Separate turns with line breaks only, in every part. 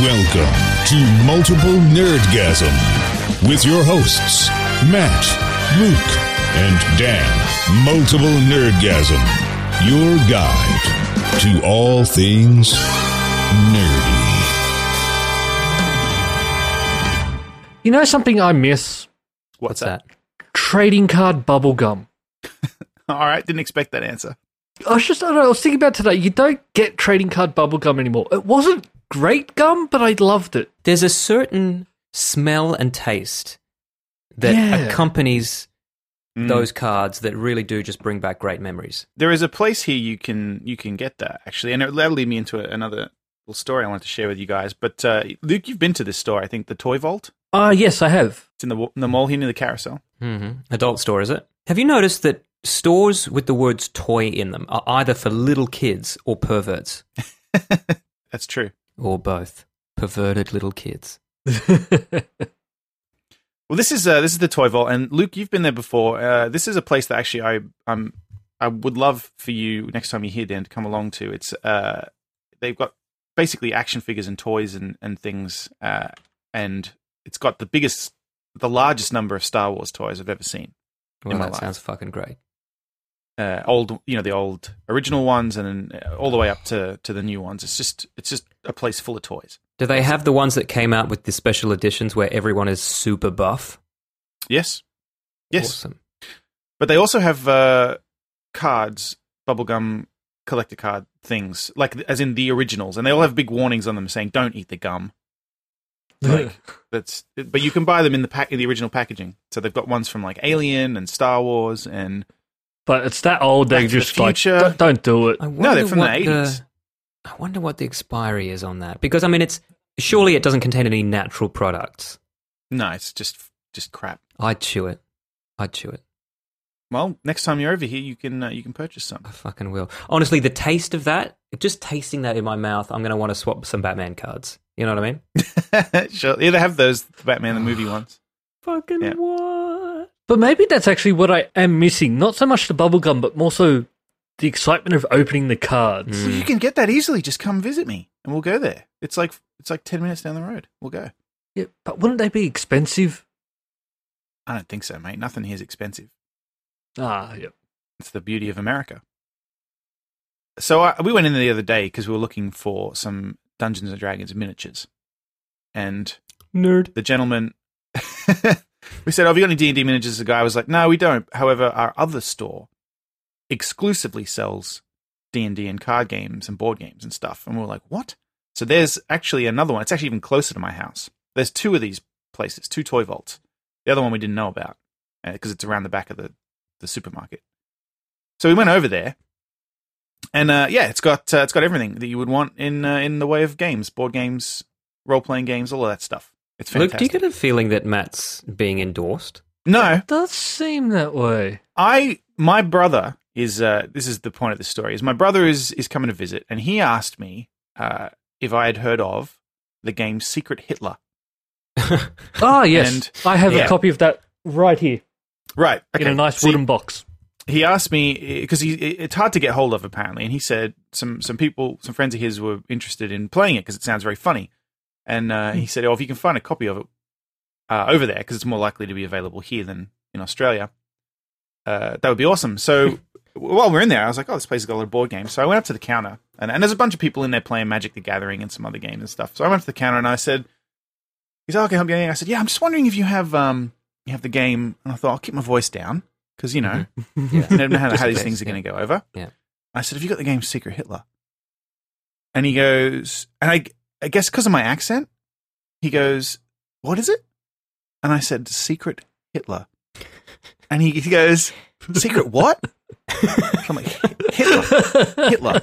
Welcome to Multiple Nerdgasm with your hosts, Matt, Luke, and Dan. Multiple Nerdgasm, your guide to all things nerdy.
You know something I miss?
What's
that?
Trading card bubblegum.
All right, didn't expect that answer.
I was just, I, don't know, I was thinking about today. You don't get trading card bubblegum anymore. It wasn't great gum, but I loved it.
There's a certain smell and taste that
Yeah.
accompanies
Mm.
those cards that really do just bring back great memories.
There is a place here you can you can get that actually, and it, that'll lead me into another little story I wanted to share with you guys. But uh, Luke, you've been to this store, I think, the Toy Vault.
Ah, yes, I have.
It's in the, wa- in the mall here near the carousel.
hmm Adult store, is it? Have you noticed that stores with the words toy in them are either for little kids or perverts?
That's true.
Or both. Perverted little kids.
Well, this is uh, this is the Toy Vault, and Luke, you've been there before. Uh, this is a place that actually I um I would love for you next time you're here, Dan, to come along to. It's uh they've got basically action figures and toys and and things, uh, and it's got the biggest, the largest number of Star Wars toys I've ever seen.
Well,
In my
that
life.
sounds fucking great.
uh, old, you know, the old original ones, and then uh, all the way up to to the new ones. It's just it's just a place full of toys.
Do they have the ones that came out with the special editions where everyone is super buff?
Yes, yes.
Awesome.
But they also have uh, cards, bubblegum collector card things, like as in the originals, and they all have big warnings on them saying "Don't eat the gum." Like that's, but you can buy them in the pack in the original packaging. So they've got ones from like Alien and Star Wars, and
but it's that old, they
Back to the
just like,
Future.
don't, don't do it.
I
No, they're
wonder
from the
what
80s.
I wonder what the expiry is on that because I mean, it's surely it doesn't contain any natural products.
no, it's just just crap.
I'd chew it. I'd chew it.
Well, next time you're over here, you can uh, you can purchase some.
I fucking will. Honestly, the taste of that, just tasting that in my mouth, I'm going to want to swap some Batman cards. You know what I mean?
sure. Yeah, they have those Batman the movie ones.
Fucking
Yeah.
what?
But maybe that's actually what I am missing. Not so much the bubblegum, but more so the excitement of opening the cards.
Well, you can get that easily. Just come visit me, and we'll go there. It's like it's like ten minutes down the road. We'll go.
Yeah, but wouldn't they be expensive?
I don't think so, mate. Nothing here's expensive.
Ah, yeah.
It's the beauty of America. So I, we went in there the other day because we were looking for some Dungeons and Dragons miniatures, and
Nerd.
the gentleman we said, "Oh, have you got any D and D miniatures?" The guy was like, "No, we don't." However, our other store exclusively sells D and D and card games and board games and stuff. And we were like, "What?" So there's actually another one. It's actually even closer to my house. There's two of these places, two toy vaults. The other one we didn't know about because it's around the back of the the supermarket. So we went over there, and uh, yeah, it's got uh, it's got everything that you would want in uh, in the way of games, board games, role playing games, all of that stuff. It's
Luke,
fantastic.
do you get a feeling that Matt's being endorsed?
no,
Does seem that way.
I my brother is uh, this is the point of the story is my brother is is coming to visit and he asked me uh, if I had heard of the game Secret Hitler.
Ah, yes.
And-
I have
yeah.
a copy of that right here
Right.
in a nice
So
wooden box.
he asked me because he it's hard to get hold of apparently, and he said some some people some friends of his were interested in playing it because it sounds very funny, and uh, he said, "Oh, if you can find a copy of it uh, over there, because it's more likely to be available here than in Australia, uh, that would be awesome." So while we're in there, I was like, "Oh, this place has got a lot of board games." So I went up to the counter, and, and there's a bunch of people in there playing Magic the Gathering and some other games and stuff. So I went up to the counter and I said, "He said, oh, can I help you?" anything?" I said, "Yeah, I'm just wondering if you have um you have the game." And I thought I'll keep my voice down because you know.
Yeah.
You don't know how,
Just
how
in
these
case,
things are
yeah.
going to go over.
Yeah.
I said, Have you got the game Secret Hitler? And he goes, And I, I guess because of my accent, he goes, What is it? And I said, Secret Hitler. And he, he goes, Secret what? I'm like, Hitler, Hitler.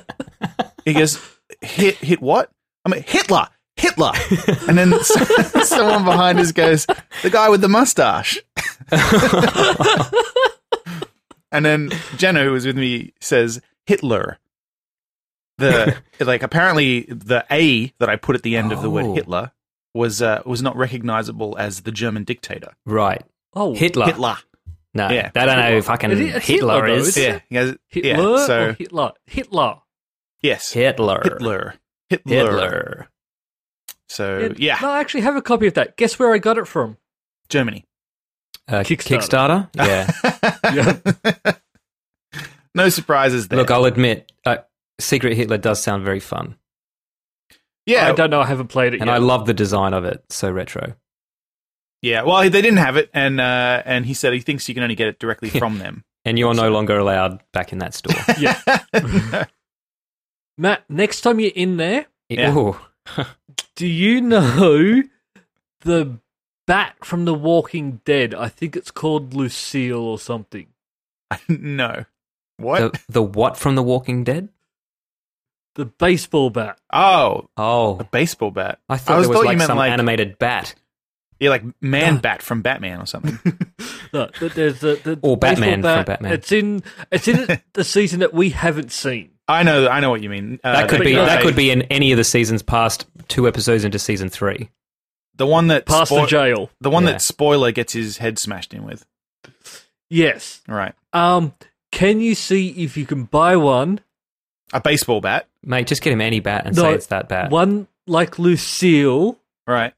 He goes, Hit, hit what? I'm like, Hitler, Hitler. And then so, someone behind us goes, The guy with the mustache. And then Jenna, who was with me, says Hitler. The like apparently the A that I put at the end of the
Oh.
word Hitler was uh, was not recognizable as the German dictator
Right.
Oh,
Hitler.
Hitler.
No,
Yeah.
I don't know who fucking
It is-
Hitler,
it's Hitler, though,
is.
isn't it?
Yeah, he has-
Hitler
yeah.
or
So
Hitler? Hitler.
yes,
Hitler.
Hitler. Hitler.
Hitler.
So
It-
yeah,
No, I actually have a copy of that. Guess where I got it from?
Germany.
Uh,
Kickstarter.
Kickstarter. Yeah.
no surprises there.
Look, I'll admit, uh, Secret Hitler does sound very fun,
yeah,
I don't know. I haven't played it
and
yet.
I love the design of it. So retro.
yeah. Well, they didn't have it, and uh, and he said he thinks you can only get it directly from them.
And you're no longer allowed back in that store.
Matt, next time you're in there,
Yeah.
Ooh.
do you know the bat from The Walking Dead? I think it's called Lucille or something.
no, what?
The, the what from The Walking Dead?
The baseball bat.
oh,
Oh,
a baseball bat.
I thought
always
there was
thought you
like
meant
some
like-
animated bat
Yeah, like man bat from Batman or something.
No, th- there's the, the baseball
Or Batman from
bat.
Batman.
It's in it's in the season that we haven't seen.
I know, I know what you mean. Uh,
that could
but
be
no,
that
they-
could be in any of the seasons past two episodes into season three.
the one that
Past
spoil-
the jail.
the one
Yeah.
that spoiler gets his head smashed in with.
Yes.
Right,
Um, can you see if you can buy one?
a baseball bat.
Mate, just get him any bat and
No,
say it's that bat.
One like Lucille,
Right.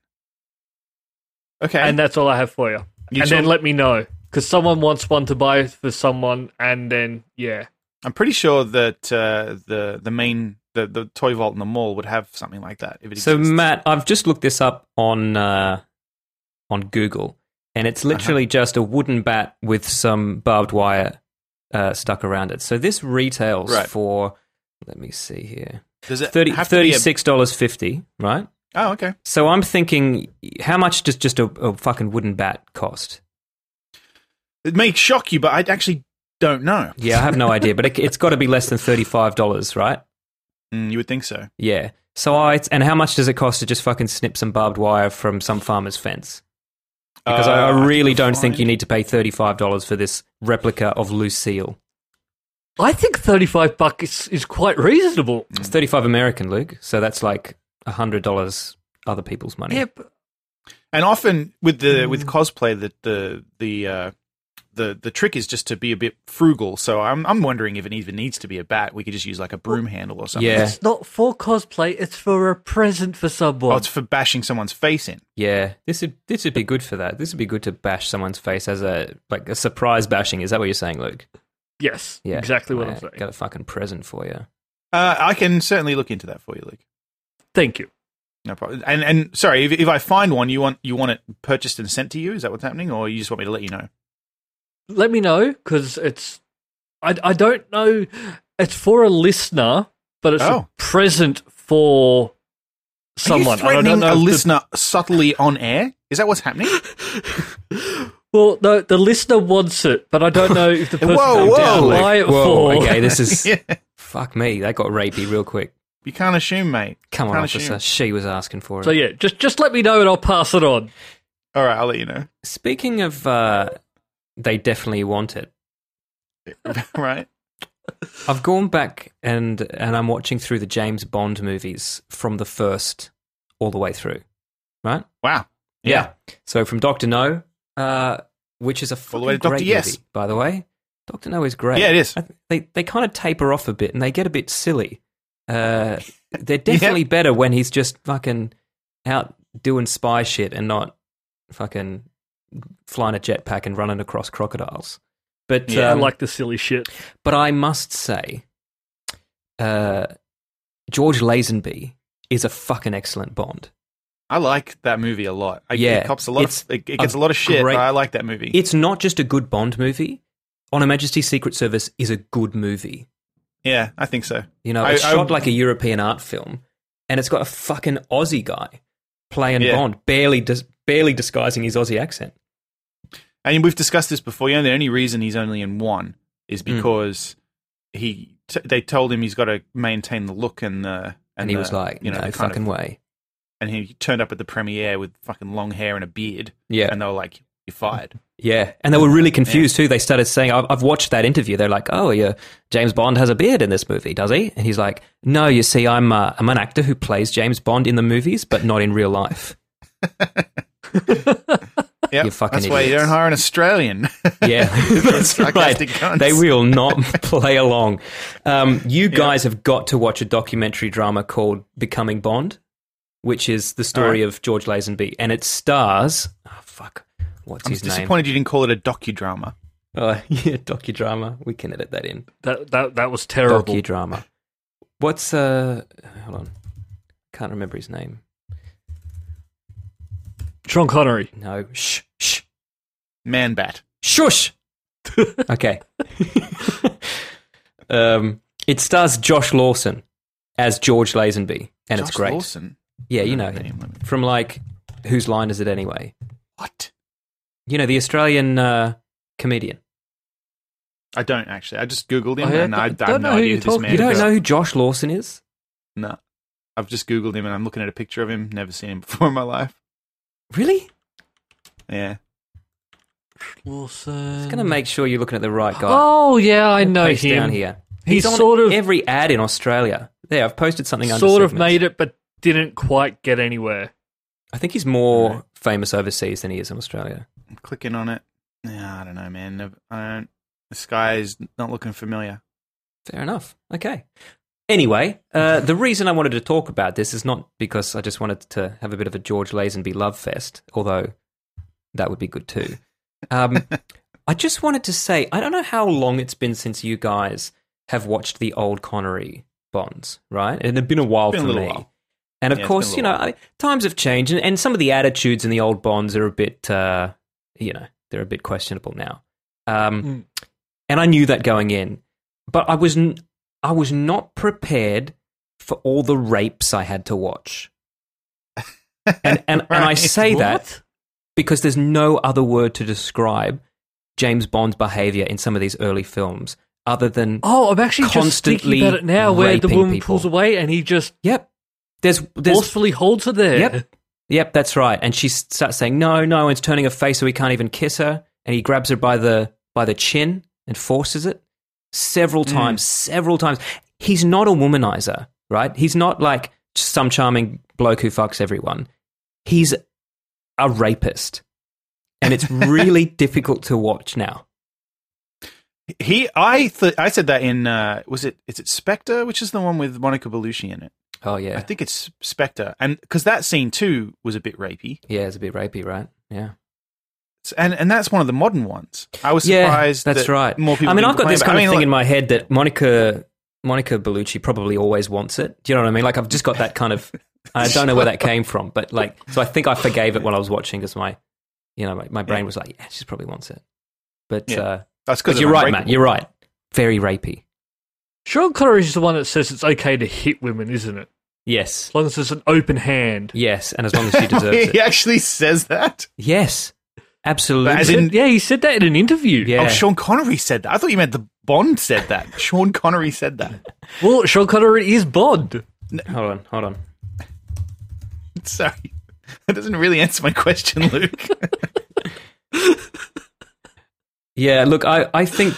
Okay.
and that's all I have for you.
You
and then
talk-
let me know because someone wants one to buy for someone, and then yeah,
I'm pretty sure that uh, the the main the, the toy vault in the mall would have something like that. If it
So
exists.
Matt, I've just looked this up on uh, on Google, and it's
Uh-huh.
literally just a wooden bat with some barbed wire uh, stuck around it. So this retails
Right.
for let me see here
does it
30,
have to be a-
dollars fifty, right?
Oh, okay.
So I'm thinking, how much does just a, a fucking wooden bat cost?
It may shock you, but I actually don't know.
Yeah, I have no idea, but it, it's got to be less than thirty five dollars, right?
Mm, you would think so.
Yeah. So I and how much does it cost to just fucking snip some barbed wire from some farmer's fence? Because I,
Uh,
I really don't
fine.
think you need to pay thirty-five dollars for this replica of Lucille.
I think thirty-five bucks is, is quite reasonable.
It's thirty-five American, Luke. So that's like hundred dollars other people's money.
Yeah, but
And often with
Mm.
the with cosplay, the the the uh, the the trick is just to be a bit frugal. So I'm I'm wondering if it even needs to be a bat. We could just use like a broom handle or something.
Yeah.
it's not for cosplay; it's for a present for someone.
Oh, it's for bashing someone's face in.
Yeah. This would this would be good for that. This would be good to bash someone's face as a like a surprise bashing. Is that what you're saying, Luke?
yes,
Yeah.
exactly what
Yeah,
I'm saying.
Got a fucking present for you.
Uh, I can certainly look into that for you, Luke.
Thank you.
No problem. And and sorry, if, if I find one, you want you want it purchased and sent to you? Is that what's happening, or you just want me to let you know?
Let me know because it's I I don't know. It's for a listener, but it's
Oh.
a present for someone.
Are you
and I don't
threatening
know
a
if the-
listener subtly on air? Is that what's happening?
Well, no, the listener wants it, but I don't know if the person
Whoa,
who
whoa.
can buy it
Whoa.
for.
Okay. This is
Yeah.
fuck me. That got rapey real quick.
You can't assume, mate.
Come on,
Can't
officer.
assume.
She was asking for it.
So yeah, just just let me know and I'll pass it on.
All right, I'll let you know.
Speaking of, uh, they definitely want it.
right?
I've gone back and and I'm watching through the James Bond movies from the first all the way through. Right?
Wow. Yeah.
So from Doctor No, uh, which is a fucking
All the way to Dr.
great
Yes.
movie, by the way. Doctor No is great.
Yeah, it is.
I th- They they kind of taper off a bit and they get a bit silly. Uh, they're definitely better when he's just fucking out doing spy shit and not fucking flying a jetpack and running across crocodiles. But
Yeah,
I
um,
like the silly shit.
but I must say, uh, George Lazenby is a fucking excellent Bond.
I like that movie a lot. I,
Yeah,
it cops a lot.
it's
Of, it, it gets
a
a lot of shit,
great-
but I like that movie.
It's not just a good Bond movie. On Her Majesty's Secret Service is a good movie.
yeah, I think so.
You know,
I-
it's
I-
shot like a European art film, and it's got a fucking Aussie guy playing
Yeah.
Bond, barely dis- barely disguising his Aussie accent.
And we've discussed this before. You know, the only reason he's only in one is
Hmm.
because he t- they told him he's got to maintain the look and the
And, he
the,
was like,
you know,
"No
the kind of-
fucking way."
and he turned up at the premiere with fucking long hair and a beard.
Yeah.
and they were like, "You're fired."
Yeah, and they were really confused too. They started saying, I've, "I've watched that interview." They're like, "Oh, yeah, James Bond has a beard in this movie, does he?" And he's like, "No, you see, I'm uh, I'm an actor who plays James Bond in the movies, but not in real life."
Yeah,
You fucking
That's why you
idiots.
don't hire an Australian.
Yeah, that's right.
Sarcastic cunts.
They will not play along. Um, you guys have got to watch a documentary drama called "Becoming Bond." which is the story
Alright.
of George Lazenby, and it stars. Oh, fuck, what's
I'm
his name?
disappointed you didn't call it a docudrama.
Oh, yeah, docudrama. We can edit that in.
That that that was terrible.
Docudrama. What's uh? Hold on, can't remember his name.
Sean Connery.
No, shh, shh,
Man Bat.
shush. okay. um, it stars Josh Lawson as George Lazenby, and it's
Josh
great.
Lawson.
Yeah, you know
Name,
him
let me-
from like whose line is it anyway?
What?
You know the Australian uh, comedian.
I don't actually. I just googled him
I
and I, I
don't-
have
don't
no
know who
idea
you're
who this
talking-
man
You don't
is.
know who Josh Lawson is?
No. I've just googled him and I'm looking at a picture of him. Never seen him before in my life.
Really?
Yeah.
Lawson.
Just gonna make sure you're looking at the right guy.
Mm. Oh yeah, I know
Paste
him.
down here.
He
on
sort of-
every ad in Australia. There, I've posted something. under
Sort of
segments.
made it, but didn't quite get anywhere.
I think he's more
Right.
famous overseas than he is in Australia.
I'm clicking on it. Yeah, I don't know, man. Nev- I don't. The sky is not looking familiar.
Fair enough. Okay. Anyway, uh, the reason I wanted to talk about this is not because I just wanted to have a bit of a George Lazenby love fest, although that would be good too. Um, I just wanted to say I don't know how long it's been since you guys have watched the old Connery Bonds, right? And it'd been a while
Been a
for
little
me.
while.
And of
Yeah, it's been a
course, you know,
little
I, times have changed, and, and some of the attitudes in the old Bonds are a bit, uh, you know, they're a bit questionable now. Um,
Mm.
And I knew that going in, but I was n- I was not prepared for all the rapes I had to watch. And and, and I
Right.
say that
What?
because there's no other word to describe James Bond's behavior in some of these early films other than
Oh, I'm actually just
Constantly
thinking about it now, where the
raping
woman
people.
pulls away and he just
yep. There's there's
forcefully holds her there.
Yep. Yep, that's right. And she starts saying no, no, and turning her face so he can't even kiss her. And he grabs her by the by the chin and forces it several times, several times. He's not a womanizer, right? He's not like some charming bloke who fucks everyone. He's a rapist. And it's really difficult to watch now.
He, I, th- I said that in. Uh, was it? Is it Spectre? Which is the one with Monica Bellucci in it?
Oh yeah.
I think it's Spectre, and because that scene too was a bit rapey,
yeah, it's a bit rapey, right? Yeah.
S- and and that's one of the modern ones. I was
yeah,
surprised.
That's
that
right.
More people.
I mean,
didn't
I've got
complain
this
about it.
kind
I mean,
of thing
like-
in my head that Monica Monica Bellucci probably always wants it. Do you know what I mean? Like I've just got that kind of. I don't know where that came from, but like, so I think I forgave it while I was watching because my, you know, my, my brain
Yeah.
was like, yeah, she probably wants it. But
Yeah.
uh,
That's because
but you're right, Matt. You're right. Very rapey.
Sean Connery is the one that says it's okay to hit women, isn't it?
Yes.
As long as it's an open hand.
Yes, and as long as she deserves
Oh, he
it.
actually says that.
Yes, absolutely.
As
He
in-
said- yeah, he said that in an interview.
yeah.
Oh, Sean Connery said that. I thought you meant the Bond said that. Sean Connery said that.
Well, Sean Connery is Bond.
Hold on, hold on.
Sorry, that doesn't really answer my question, Luke.
Yeah, look, I, I think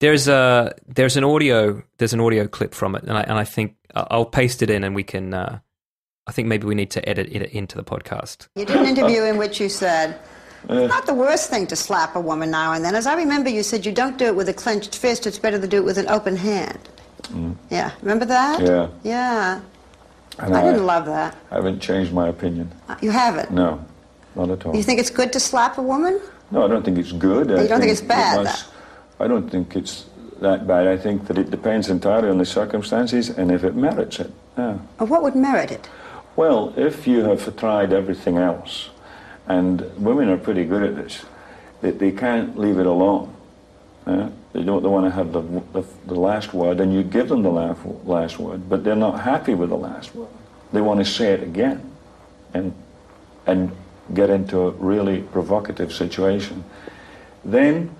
there's a there's an audio there's an audio clip from it, and I and I think I- I'll paste it in, and we can. Uh, I think maybe we need to edit it into the podcast.
You did an interview in which you said,
Eh.
it's not the worst thing to slap a woman now and then. As I remember, you said you don't do it with a clenched fist, it's better to do it with an open hand. Yeah, remember that?
Mm. Yeah.
Yeah.
And
I
I,
didn't love that.
haven't changed my opinion.
You haven't.
No, not at all.
You think it's good to slap a woman?
no, I don't think it's good. I
You don't think it's bad,
it was- I don't think it's that bad. I think that it depends entirely on the circumstances and if it merits it. Yeah.
Or what would merit it?
Well, if you have tried everything else, and women are pretty good at this, they, they can't leave it alone. yeah? They don't they want to have the, the, the last word, and you give them the last, last word, but they're not happy with the last word. They want to say it again and, and get into a really provocative situation. Then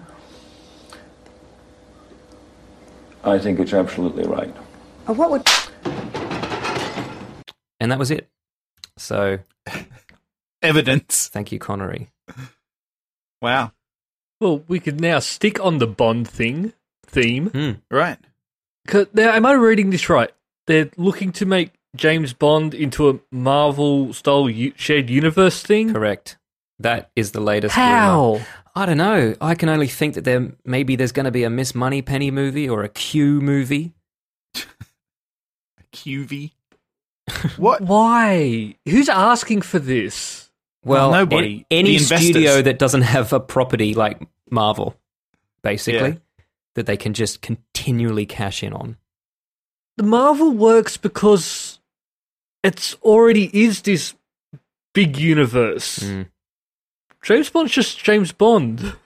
I think it's absolutely right.
Or what would.
And that was it. So
Evidence.
thank you, Connery.
Wow.
Well, we could now stick on the Bond thing theme.
Right.
'Cause Now, am I reading this right? They're looking to make James Bond into a Marvel-style u- shared universe thing.
Correct. That is the latest. rumor.
How?
I don't know. I can only think that there maybe there's going to be a Miss Moneypenny movie or a Q movie.
QV. What?
Why? Who's asking for this?
Well,
Well, nobody.
a- Any
The investors.
studio that doesn't have a property like Marvel, basically,
Yeah.
that they can just continually cash in on.
The Marvel works because it's already is this big universe.
Mm.
James Bond's just James Bond.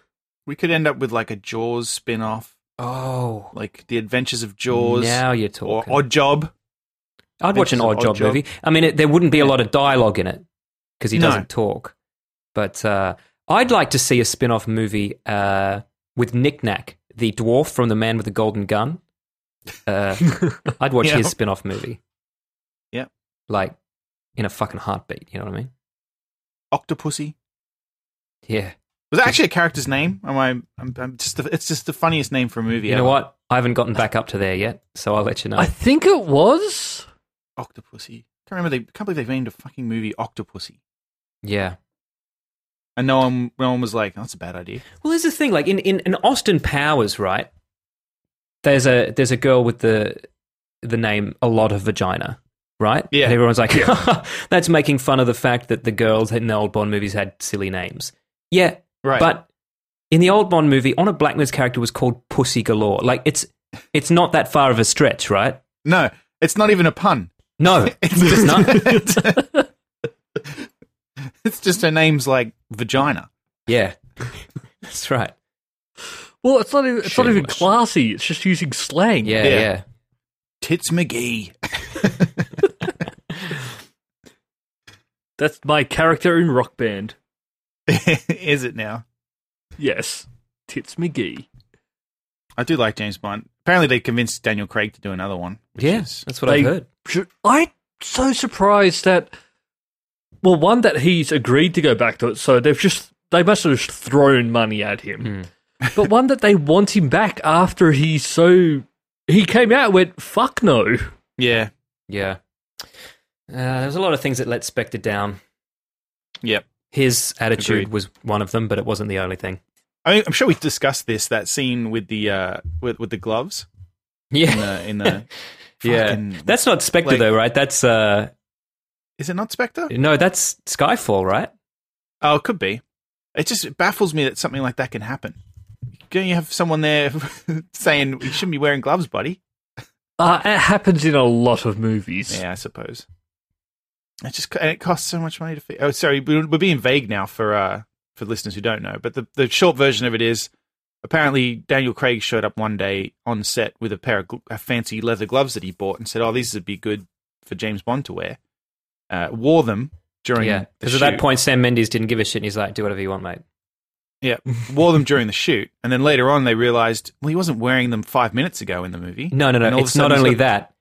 We could end up with like a Jaws spin off,
Oh,
like The Adventures of Jaws.
Now you're
Or
talking.
Odd Job.
I'd watch an
It's an
odd job
Odd Job.
movie. I mean, it, there wouldn't be a lot of dialogue in it because he
No.
doesn't talk. But uh, I'd like to see a spin off movie uh, with Knick Knack, the dwarf from The Man with the Golden Gun. Uh, I'd watch
Yeah.
his spin off movie.
Yep.
Like in a fucking heartbeat. You know what I mean?
Octopussy.
Yeah.
Was that actually a character's name? Am I? I'm, I'm just. The, it's just the funniest name for a movie.
You know
ever.
what? I haven't gotten back up to there yet, so I'll let you know.
I think it was.
Octopussy. Can't remember. They can't believe they've named a fucking movie Octopussy.
yeah.
And no one, no one was like, "That's a bad idea."
Well, there's the thing, like in, in, in Austin Powers, right? There's a there's a girl with the the name a lot of vagina, right?
Yeah.
And everyone's like, that's making fun of the fact that the girls in the old Bond movies had silly names. Yeah,
Right.
But in the old Bond movie, Honor Blackman's character was called Pussy Galore. Like it's it's not that far of a stretch, right?
no, it's not even a pun.
No,
It's just,
not.
it's just her name's like vagina.
yeah, that's right.
Well, it's not even, it's not even
Shameless.
classy. It's just using slang.
Yeah,
Yeah.
yeah.
Tits McGee.
That's my character in Rock Band.
Is it now?
Yes. Tits McGee.
I do like James Bond. Apparently, they convinced Daniel Craig to do another one. Which
Yeah,
is-
that's what
They-
I've heard.
Should- I'm so surprised that, well, one, that he's agreed to go back to it, so they've just, they must have just thrown money at him. but one, that they want him back after he's so, he came out and went, fuck no.
yeah,
Yeah. Uh, there was a lot of things that let Spectre down.
yep.
His attitude
Agreed.
was one of them, but it wasn't the only thing.
I mean, I'm sure we discussed this that scene with the uh, with with the gloves in
Yeah,
the in the.
yeah.
fucking-
that's not Spectre
like-
though, right? That's uh,
is it not Spectre?
no, that's Skyfall, right?
Oh, it could be. It just baffles me that something like that can happen. Don't you have someone there saying you shouldn't be wearing gloves, buddy?
Uh, it happens in a lot of movies.
Yeah, I suppose. It just and it costs so much money to. Fi- oh, sorry, we- we're being vague now for uh for listeners who don't know. But the the short version of it is apparently Daniel Craig showed up one day on set with a pair of gl- uh, fancy leather gloves that he bought and said, "Oh, these would be good for James Bond to wear." Uh, wore them during
Yeah,
the
because at that
shoot.
point, Sam Mendes didn't give a shit, and he's like, "Do whatever you want, mate."
Yeah, wore them during the shoot, and then later on they realized, well, he wasn't wearing them five minutes ago in the movie.
No, no,
And
no.
all of a
It's not
sudden he's
only
got-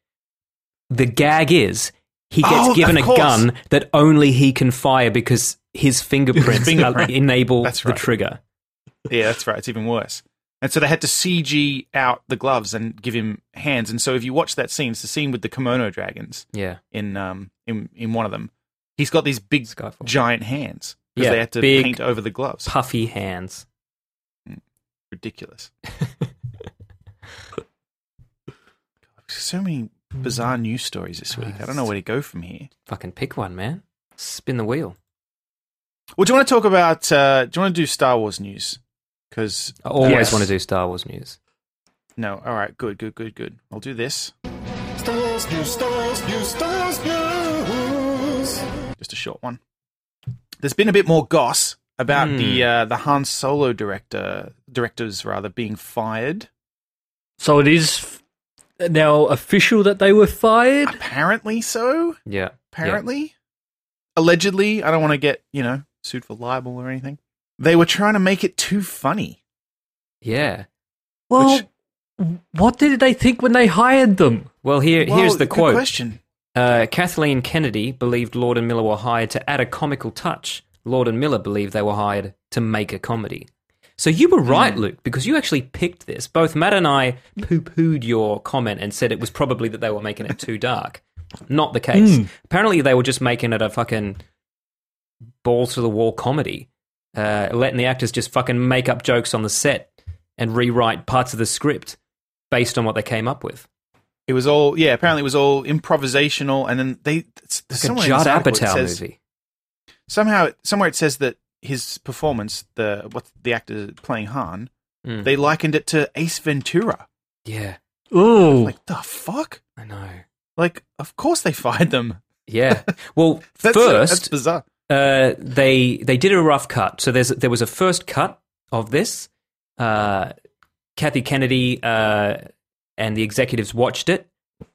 that. The gag is he gets
Oh,
given
of
a
course.
gun that only he can fire because his fingerprints
fingerprint.
are- enable
That's
the
right.
trigger.
Yeah, that's right. It's even worse. And so they had to CG out the gloves and give him hands. And so if you watch that scene, it's the scene with the kimono dragons
Yeah,
in um in in one of them. He's got these big
Skyfall.
giant hands because
Yeah,
they had to
big-
paint over the gloves.
puffy hands.
Ridiculous. so many
Hmm.
bizarre news stories this week. I don't know where to go from here.
Fucking pick one, man. Spin the wheel.
Well, do you want to talk about? Uh, do you want to do Star Wars news? Because
I always
Yes.
want to do Star Wars news.
no, all right, good, good, good, good. I'll do this.
Star Wars news, Star Wars news, Star Wars news.
Just a short one. There's been a bit more goss about the
Hmm.
uh, the Han Solo director directors rather being fired.
So it is f- now official that they were fired.
Apparently so.
Yeah. yeah.
Apparently, allegedly. I don't want to get you know sued for libel or anything. They were trying to make it too funny.
Yeah.
Well,
Which-
what did they think when they hired them?
Well, here here's
Well,
the
good
quote.
question.
Uh, Kathleen Kennedy believed Lord and Miller were hired to add a comical touch. Lord and Miller believed they were hired to make a comedy. So you were right, Luke, because you actually picked this. Both Matt and I poo-pooed your comment and said it was probably that they were making it too dark. Not the case. Apparently, they were just making it a fucking balls to the wall comedy, uh, letting the actors just fucking make up jokes on the set and rewrite parts of the script based on what they came up with.
It was all yeah. Apparently, it was all improvisational, and then they it's, there's
Like
somewhere
a
in this
Judd
article it
Apatow
says-
movie.
Somehow, it- somewhere it says that his performance, the what the actor playing Han,
Mm.
they likened it to Ace Ventura.
Yeah,
Ooh,
Like the fuck?
I know.
Like of course they fired them.
Yeah. Well,
That's, that's
first
bizarre.
uh, they they did a rough cut. So there's there was a first cut of this. Uh, Kathy Kennedy uh, and the executives watched it.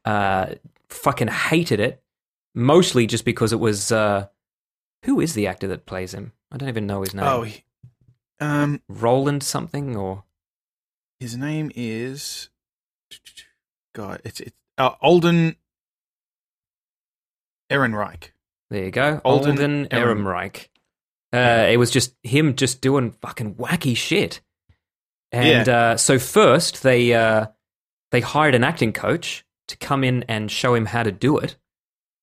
Uh, fucking hated it, mostly just because it was. Uh, who is the actor that plays him? I don't even know his name.
Oh, he- um,
Roland something or
his name is God. It's it, uh, Alden Ehrenreich.
there you go,
Alden
Alden
Ehrenreich.
Ehrenreich. Uh, it was just him just doing fucking wacky shit. And uh, so first they uh, they hired an acting coach to come in and show him how to do it,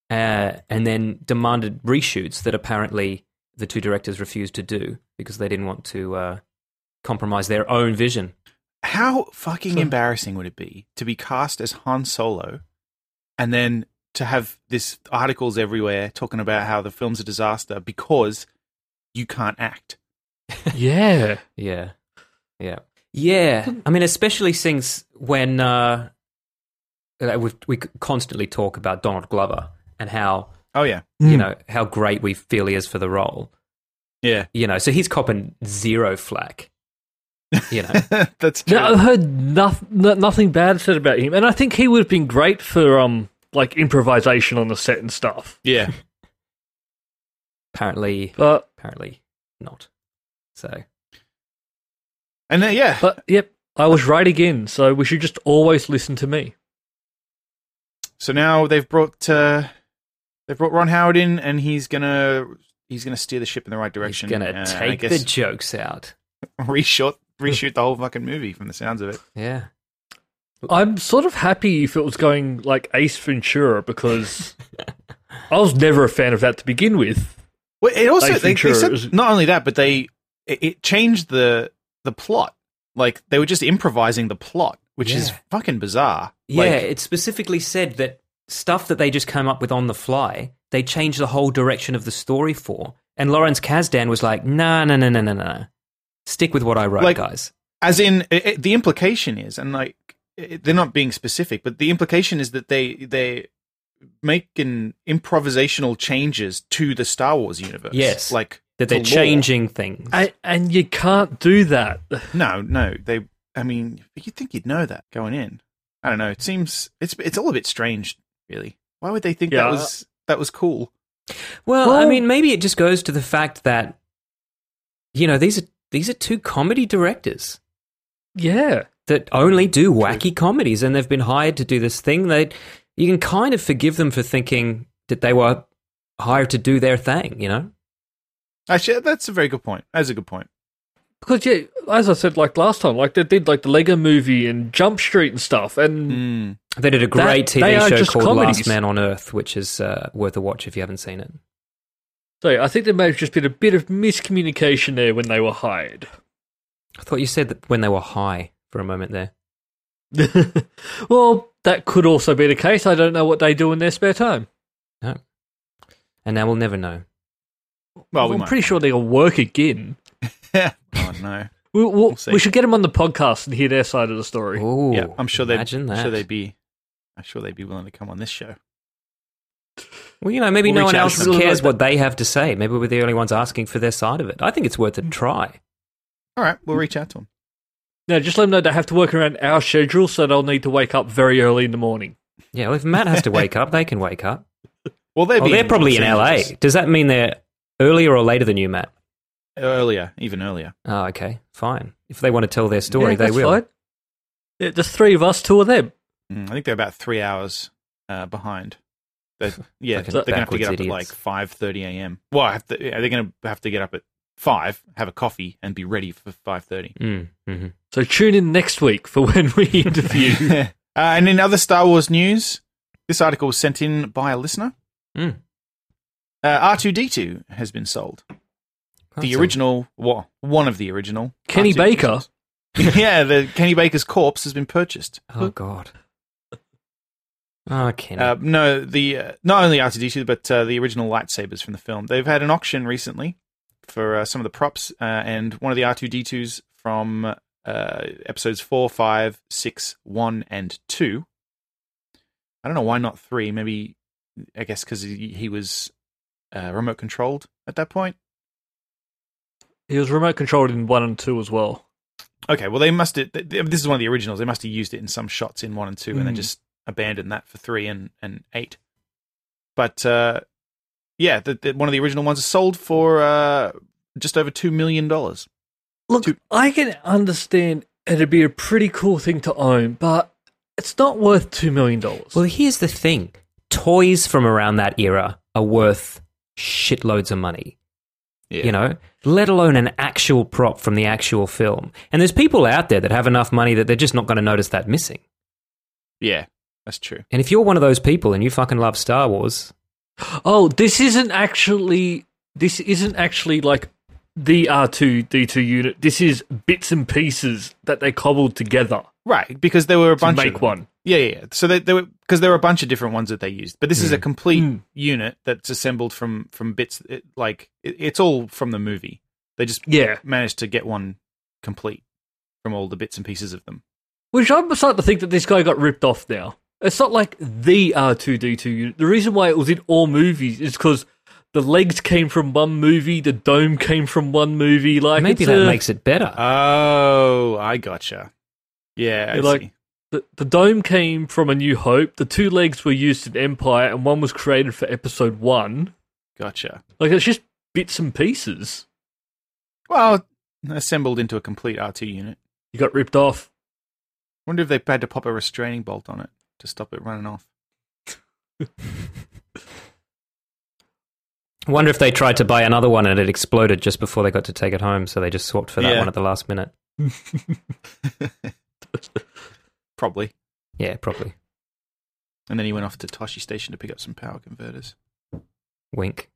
uh, and then demanded reshoots that apparently the two directors refused to do because they didn't want to uh, compromise their own vision.
How fucking embarrassing would it be to be cast as Han Solo and then to have this articles everywhere talking about how the film's a disaster because you can't act?
yeah.
Yeah. Yeah. Yeah. I mean, especially since when uh, uh, we we constantly talk about Donald Glover and how,
Oh, yeah.
Mm.
you know, how great we feel he is for the role.
Yeah.
You know, so he's copping zero flack. You know,
That's true.
No, I've heard noth- no, nothing bad said about him, and I think he would have been great for um like improvisation on the set and stuff.
Yeah.
apparently,
But
apparently not. So,
And then, yeah.
but yep, I was right again. So we should just always listen to me.
So now they've brought uh, they've brought Ron Howard in, and he's gonna he's gonna steer the ship in the right
he's
direction.
going
uh,
to
and I
take the
guess
jokes out.
reshoot reshoot the whole fucking movie from the sounds of it.
Yeah.
I'm sort of happy if it was going like Ace Ventura because I was never a fan of that to begin with.
Well, it also
Like
they, they
future-
said not only that, but they it, it changed the the plot. Like they were just improvising the plot, which is
Yeah.
fucking bizarre.
Yeah,
Like,
it specifically said that stuff that they just came up with on the fly, they changed the whole direction of the story for. And Lawrence Kasdan was like, no, no, no, no, no, no. Stick with what I wrote,
Like-
guys.
as in it, it- the implication is, and like it, they're not being specific, but the implication is that they they making improvisational changes to the Star Wars universe.
Yes.
like
That they're
to lore.
changing things.
And, and you can't do that.
No, no. They. I mean, you'd think you'd know that going in. I don't know. It seems it's it's all a bit strange, really. Why would they think
Yeah.
that was that was cool?
well, I
Well-
mean, maybe it just goes to the fact that, you know, these are, these are two comedy directors
Yeah.
that only do wacky comedies and they've been hired to do this thing. They, you can kind of forgive them for thinking that they were hired to do their thing, you know?
Actually, that's a very good point. That's a good point.
Because yeah, as I said like last time, like they did like the Lego movie and Jump Street and stuff, and
Mm.
They did a
That-
great
they are
TV show
just
called
comedies.
Last Man on Earth, which is uh, worth a watch if you haven't seen it.
so I think there may have just been a bit of miscommunication there when they were hired.
I thought you said that when they were high for a moment there.
well, that could also be the case. I don't know what they do in their spare time.
And now we'll never know.
Hmm. Well, we
I'm
might.
pretty sure they'll work again.
oh no.
We, we,
see.
we should get them on the podcast and hear their side of the story.
Ooh,
yeah, I'm sure they.
Imagine
I'm
that.
sure they'd be. I'm sure they'd be willing to come on this show.
well, you know, maybe
We'll
no
reach
one
out
else
to them.
cares what they have to say. Maybe we're the only ones asking for their side of it. I think it's worth a
Hmm.
try.
All right,
Mm.
we'll reach out to them.
No, just let them know they have to work around our schedule, so they'll need to wake up very early in the morning.
Yeah, well, if Matt has to wake up, they can wake up.
Well, they'd
Oh,
be
they're probably in
Los
LA.
Angeles.
Does that mean they're earlier or later than you, Matt?
earlier, even earlier.
Oh, okay, fine. If they want to tell their story,
Yeah,
they
that's
will.
fine. Yeah, just three of us, two of them.
Mm, I think they're about three hours uh, behind. They're, yeah,
Fucking
they're gonna have to
backwards
get up at like
idiots.
five thirty a.m. Well, I have to, yeah, they're gonna have to get up at five, have a coffee, and be ready for five thirty.
Mm, mhm.
So tune in next week for when we interview.
uh, and in other Star Wars news, this article was sent in by a listener.
Mm.
Uh, R2D2 has been sold. the
Awesome.
original, well, one of the original.
Kenny
R2D2s.
Baker?
yeah, the Kenny Baker's corpse has been purchased.
Oh God. Oh, Kenny.
Uh, no, the uh, not only R2D2 but uh, the original lightsabers from the film. They've had an auction recently for uh, some of the props, uh, and one of the R2D2s from uh, episodes four, five, six, one, and two. I don't know why not three. Maybe I guess because he, he was uh, remote controlled at that point.
He was remote controlled in one and two as well.
Okay, well they must have. th- th- This is one of the originals. They must have used it in some shots in one and two,
Hmm.
and then just abandoned that for three and and eight. But uh, yeah, the, the, one of the original ones is sold for uh, just over two million dollars.
Look, I can understand it'd be a pretty cool thing to own, but it's not worth two million dollars.
Well, here's the thing toys from around that era are worth shitloads of money.
Yeah.
You know, let alone an actual prop from the actual film. And there's people out there that have enough money that they're just not going to notice that missing.
Yeah, that's true.
And if you're one of those people and you fucking love Star Wars,
Oh, this isn't actually this isn't actually like the R two D two unit. This is bits and pieces that they cobbled together
Right, because there were a
to
bunch
make
of
one.
Yeah, yeah. yeah. So they, they were because there were a bunch of different ones that they used, but this
Hmm.
is a complete unit that's assembled from from bits. It, like it, it's all from the movie. They just
Yeah.
managed to get one complete from all the bits and pieces of them.
Which I'm starting to think that this guy got ripped off now. It's not like the R2D2 unit. The reason why it was in all movies is because the legs came from one movie, the dome came from one movie. Like
maybe
it's
that
uh,
a-
makes it better.
Oh, I gotcha. Yeah, I
You're like-
see.
the, the dome came from A New Hope. The two legs were used in Empire, and one was created for Episode One.
gotcha.
Like it's just bits and pieces.
Well, assembled into a complete R two unit.
You got ripped off.
Wonder if they had to pop a restraining bolt on it to stop it running off.
Wonder if they tried to buy another one and it exploded just before they got to take it home, so they just swapped for that
Yeah.
one at the last minute.
Probably.
Yeah, probably.
And then he went off to Toshi Station to pick up some power converters.
Wink.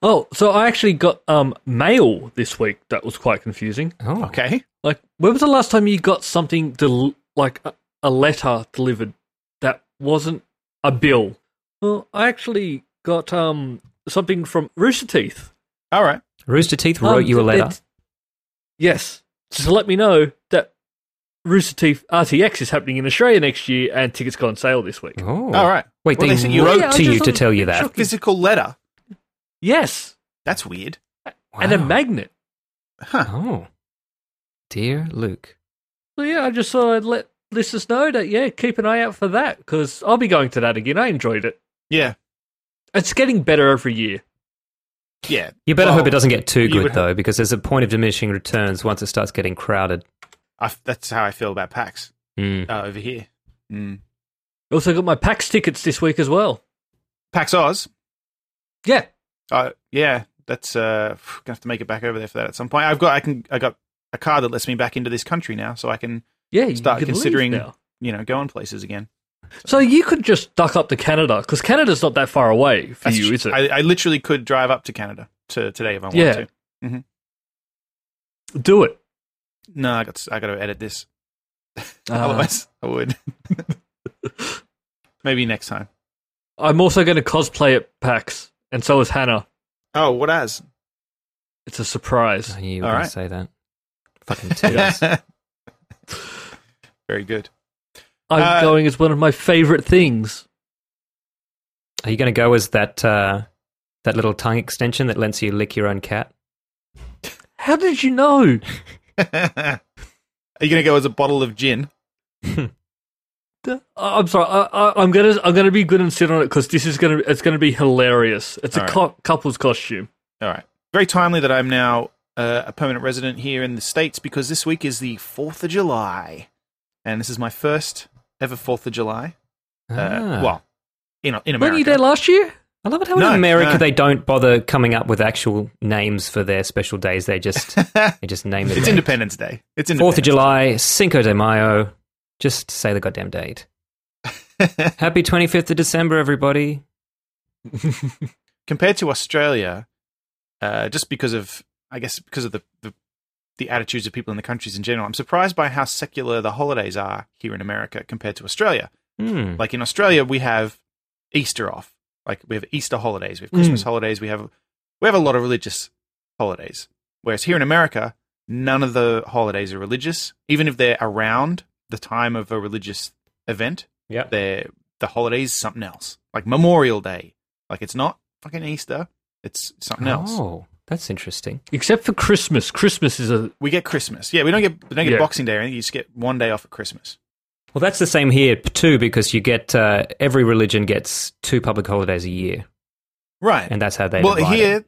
Oh, so I actually got um mail this week. That was quite confusing.
Oh,
Okay.
Like, when was the last time you got something del- like a, a letter delivered that wasn't a bill? Well, I actually got um something from Rooster Teeth.
All right.
Rooster Teeth
Um,
Oh,
wrote you a letter.
it- yes, to let me know that Rooster Teeth RTX is happening in Australia next year, and tickets go on sale this week.
Oh,
All right.
Wait,
Well,
they,
they said you-
wrote
Yeah, I
to you
just
to
thought-
tell you that.
Sure.
Physical letter.
Yes,
That's weird.
and a
Wow.
magnet.
Huh.
Oh, dear Luke.
So yeah, I just thought I'd let listeners know that. Yeah, keep an eye out for that because I'll be going to that again. I enjoyed it.
Yeah.
It's getting better every year.
Yeah.
You better
Well,
hope it doesn't get too
you would
good
hope-
though, because there's a point of diminishing returns once it starts getting crowded.
I f that's how I feel about PAX
Mm.
uh, over here. Mm.
I also got my PAX tickets this week as well.
PAX Oz.
Yeah.
Uh, yeah. That's uh, gonna have to make it back over there for that at some point. I've got. I can. I got a card that lets me back into this country now, so I can.
Yeah, you
Start
can leave
considering-
now.
You know, going places again.
So you could just duck up to Canada because Canada's not that far away for
That's-
you, is it?
I, I literally could drive up to Canada to today if I wanted
Yeah.
to.
Do it.
No, I got. s- I got to edit this.
Uh,
Otherwise, I would. Maybe next time.
I'm also going to cosplay at PAX, and so is Hannah.
Oh, what as?
It's a surprise.
I knew you were
All
going
right.
to say that. Fucking tears.
Very good.
I'm
Uh,
going as one of my favorite things.
Are you going to go as that uh, that little tongue extension that lets you lick your own cat?
How did you know?
Are you going to go as a bottle of gin?
I- I'm sorry. I, I, I'm gonna I'm gonna be good and sit on it because this is gonna it's gonna be hilarious. It's a
All right.
co- couple's costume.
All right. Very timely that I'm now uh, a permanent resident here in the States because this week is the 4th of July. And this is my first ever 4th of July. Uh,
Ah.
Well, in, in
Weren't you
America.
there last year?
I love it how
No,
in America
no.
they don't bother coming up with actual names for their special days. They just they just name it.
it's Independence Day. It's Independence
Fourth of July, Cinco de Mayo. Just say the goddamn date. Happy twenty fifth of December, everybody.
compared to Australia, uh, just because of I guess because of the, the the attitudes of people in the countries in general. I'm surprised by how secular the holidays are here in America compared to Australia.
Hmm.
Like in Australia, we have Easter off. Like we have Easter holidays, we have Christmas
Mm.
holidays, we have we have a lot of religious holidays. Whereas here in America, none of the holidays are religious, even if they're around the time of a religious event.
Yep.
They're the holidays something else. Like Memorial Day, like it's not fucking Easter, it's something else.
Oh, that's interesting.
Except for Christmas. Christmas is a
We get Christmas. Yeah, we don't get we don't get
Yeah.
Boxing Day or anything. You just get one day off at Christmas.
Well, that's the same here too, because you get uh, every religion gets two public holidays a year,
Right.
and that's how they.
well
divide it.
here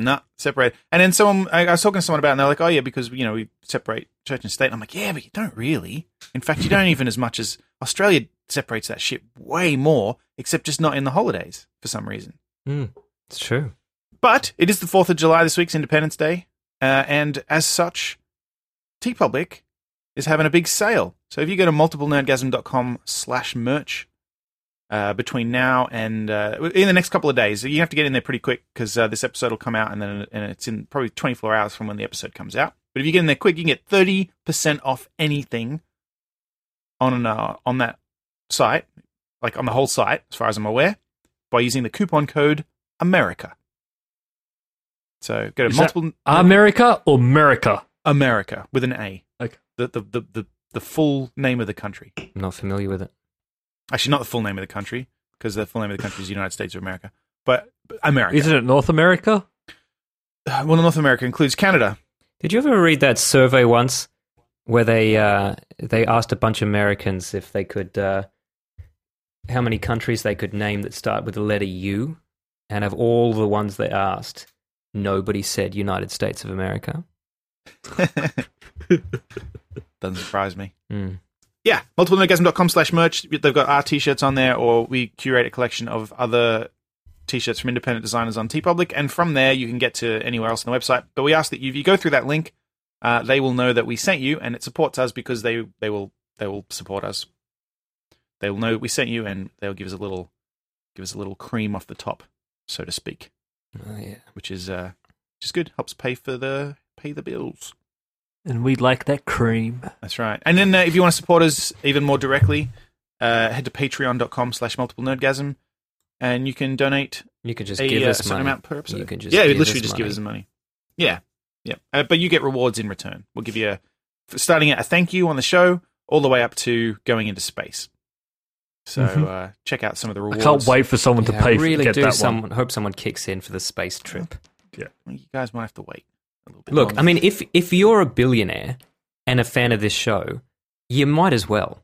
not separate and then someone I, I was talking to someone about it and they're like oh yeah because you know we separate church and state and i'm like yeah but you don't really in fact you don't even as much as australia separates that shit way more except just not in the holidays for some reason
Mm, it's true.
but it is the 4th of july this week's independence day uh, and as such t public is having a big sale so if you go to multiplenerdgasm.com slash merch uh, between now and uh, in the next couple of days. You have to get in there pretty quick because uh, this episode will come out and then and it's in probably 24 hours from when the episode comes out. But if you get in there quick, you can get 30% off anything on an, uh, on that site, like on the whole site, as far as I'm aware, by using the coupon code America. So go to
Is that
multiple
America or America.
America with an A,
Okay.
the, the the the the full name of the country.
I'm not familiar with it.
Actually, not the full name of the country because the full name of the country is the United States of America, but but America.
Isn't it North America?
well, North America includes Canada.
Did you ever read that survey once where they uh, they asked a bunch of Americans if they could uh, how many countries they could name that start with the letter U, and of all the ones they asked, nobody said United States of America.
Doesn't surprise me.
Hmm.
Mm.
Yeah, multiplenergasm.com slash merch. They've got our t-shirts on there, or we curate a collection of other t-shirts from independent designers on TeePublic, and from there you can get to anywhere else on the website. But we ask that you, if you go through that link, uh, they will know that we sent you, and it supports us because they they will they will support us. They will know we sent you, and they'll give us a little give us a little cream off the top, so to speak,
Oh, yeah.
which is uh, which is good. Helps pay for the pay the bills.
And we like that cream.
That's right. And then uh, if you want to support us even more directly, uh, head to patreon.com slash multiple nerdgasm and you can donate
You could just
a,
give
uh,
us
certain
money.
amount per episode.
You could just
yeah,
give
literally
us
just give
money.
us the money. Yeah. Yeah. Uh, but you get rewards in return. We'll give you, a, for starting at a thank you on the show all the way up to going into space. So
Mm-hmm.
uh, check out some of the rewards.
I can't wait for someone to
Yeah,
pay
I
for
really
get
do.
that
someone,
one.
hope someone kicks in for the space trip.
Well, You guys might have to wait a little bit.
Look,
longer.
I mean, if if you're a billionaire and a fan of this show, you might as well,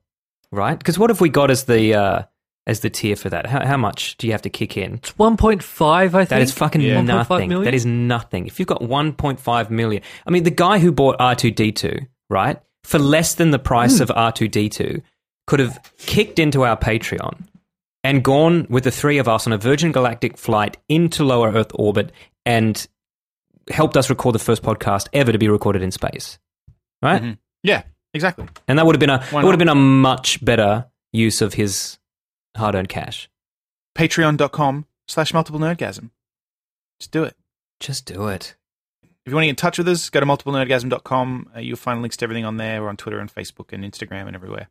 right? Because what have we got as the uh, as the tier for that? How, how much do you have to kick in?
It's 1.5, I think.
That is fucking
Yeah. 1.5
nothing.
million?
That is nothing. If you've got 1.5 million, I mean, the guy who bought R2D2, right, for less than the price
Hmm.
of R2D2, could have kicked into our Patreon and gone with the three of us on a Virgin Galactic flight into lower Earth orbit and helped us record the first podcast ever to be recorded in space, right?
yeah, exactly.
And that would have been a
Mm-hmm. Why
that would have
not?
been a much better use of his hard earned cash.
Patreon.com slash multiple nerdgasm. Just do it.
Just do it.
If you want to get in touch with us, go to multiplenerdgasm.com. Uh, you'll find links to everything on there. We're on Twitter and Facebook and Instagram and everywhere.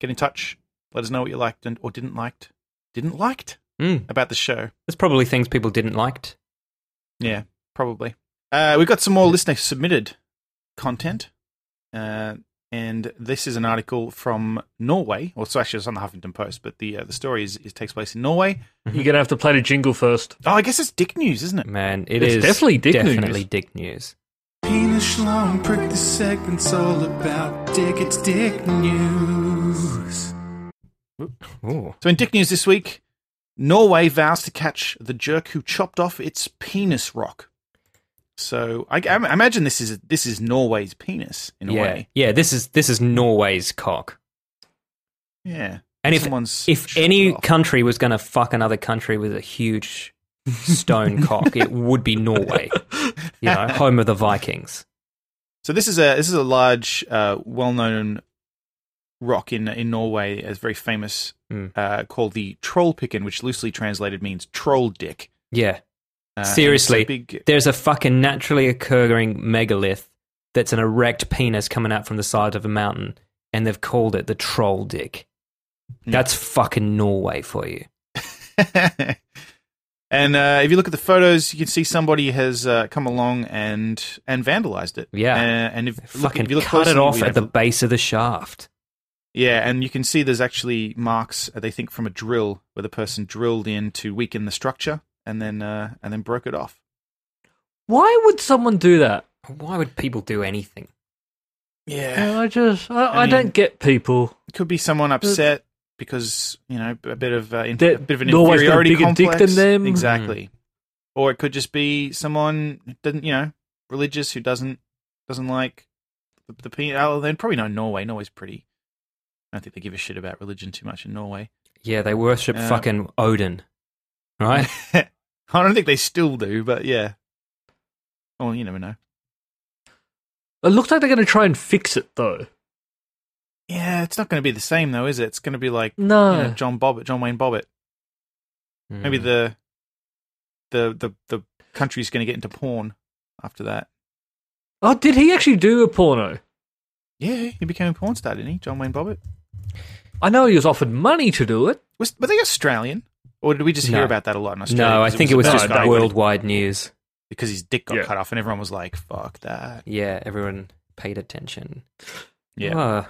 Get in touch. Let us know what you liked and or didn't liked. Didn't liked
Mm.
about the show.
There's probably things people didn't liked.
Yeah, probably. Uh, we've got some more listener submitted content. Uh, and this is an article from Norway. Well, so actually, it's on the Huffington Post, but the uh, the story is, is takes place in Norway.
You're going to have to play the jingle first.
Oh, I guess it's dick news, isn't it?
Man, it
It's
is
definitely dick news.
definitely dick news.
Penis long, prick the segment's all about dick. It's dick news.
Ooh.
So in dick news this week, Norway vows to catch the jerk who chopped off its penis rock. So I, I imagine this is this is Norway's penis in a
yeah,
way.
yeah. This is this is Norway's cock.
Yeah.
And if
Someone's
if
chopped
any
it off.
country was going to fuck another country with a huge stone cock, it would be Norway. You know, home of the Vikings.
so this is a this is a large, uh, well-known rock in in Norway, as very famous,
Mm.
uh, called the Trollpikken, which loosely translated means troll dick.
Yeah,
Uh, and it's a
seriously.
big,
There's a fucking naturally occurring megalith that's an erect penis coming out from the side of a mountain, and they've called it the troll dick. That's fucking Norway for you.
and uh, if you look at the photos, you can see somebody has uh, come along and and vandalized it.
Yeah.
Uh, and if, look,
Fucking
if you look
cut it
closely,
off
we
at
have-
the base of the shaft.
yeah, and you can see there's actually marks uh, they think from a drill where the person drilled in to weaken the structure and then uh, and then broke it off.
Why would someone do that?
Why would people do anything?
Yeah,
I just, I, I,
mean-
don't get people.
it could be someone upset because you know a bit of uh, in-
That
a bit of an
Norway's got a
inferiority
bigger dick than
complex.
them. Hmm.
Exactly, or it could just be someone who doesn't you know religious who doesn't doesn't like the, the pe- oh, They probably know Norway. Norway's pretty. I don't think they give a shit about religion too much in Norway.
Yeah, they worship
Yeah.
fucking Odin, right?
I don't think they still do, but yeah. Oh, you never know.
It looks like they're going to try and fix it though.
Yeah, it's not going to be the same though, is it? It's going to be like
No.
you know, John Bobbitt, John Wayne Bobbitt. Maybe
Hmm.
the the the the country's going to get into porn after that.
Oh, did he actually do a porno?
Yeah, he became a porn star, didn't he? John Wayne Bobbitt.
I know he was offered money to do it.
Was were they Australian, or did we just hear
No.
about that a lot in Australia?
No, I
'Cause
think it was
about
just
a guy
worldwide news.
because his dick got
Yeah.
cut off, and everyone was like, "Fuck that."
Yeah, everyone paid attention.
Yeah,
Oh,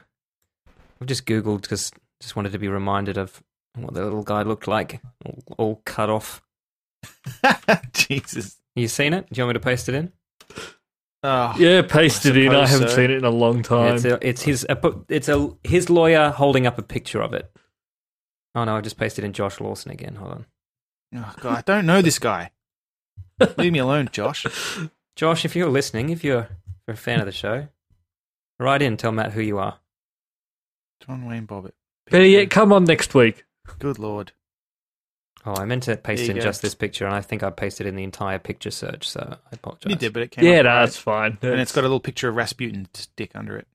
I've just Googled because just wanted to be reminded of what the little guy looked like, all, all cut off.
Jesus.
You seen it? Do you want me to paste it in? Ah.
Oh,
Yeah, pasted in. I
suppose
haven't
so.
seen it in a long time.
It's, a, it's his. A, pu- it's a his lawyer holding up a picture of it. Oh no, I just pasted in Josh Lawson again. Hold on,
oh God, I don't know this guy. Leave me alone, Josh.
Josh, if you're listening, if you're, if you're a fan of the show, write in. Tell Matt who you are.
John Wayne Bobbitt.
Better yet, come on next week.
Good lord.
Oh, I meant to paste
There you
in
go.
just this picture, and I think I pasted in the entire picture search. So I apologize.
You did, but it came.
Yeah,
up
no,
right.
that's fine.
and it's got a little picture of Rasputin's dick under it.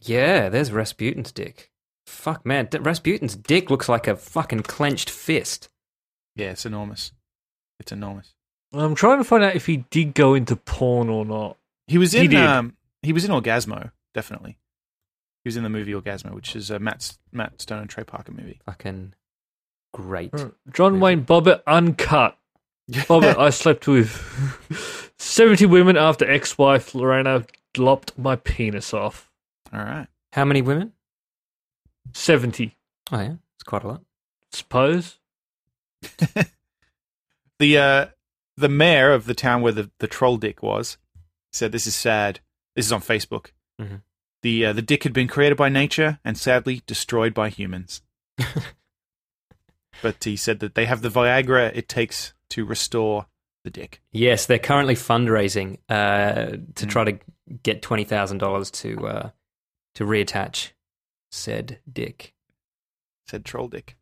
Yeah, there's Rasputin's dick. Fuck, man. D- Rasputin's dick looks like a fucking clenched fist.
Yeah, it's enormous. It's enormous.
I'm trying to find out if he did go into porn or not.
He was
He
in.
did.
um, he was in Orgasmo, definitely. He was in the movie Orgasmo, which is a Matt Matt Stone and Trey Parker movie.
Fucking great.
Hmm.
John Wayne Bobbitt uncut. Bobbitt, I slept with 70 women after ex-wife Lorena lopped my penis off.
All right.
How many women?
70,
Oh, yeah. It's quite a lot.
suppose.
The uh, the mayor of the town where the, the troll dick was said, "This is sad. This is on Facebook.
Mhm.
The uh, the dick had been created by nature and sadly destroyed by humans." but he said that they have the Viagra it takes to restore the dick.
Yes, they're currently fundraising uh,
Hmm.
to try to get $20,000 to uh, to reattach said dick.
Said troll dick.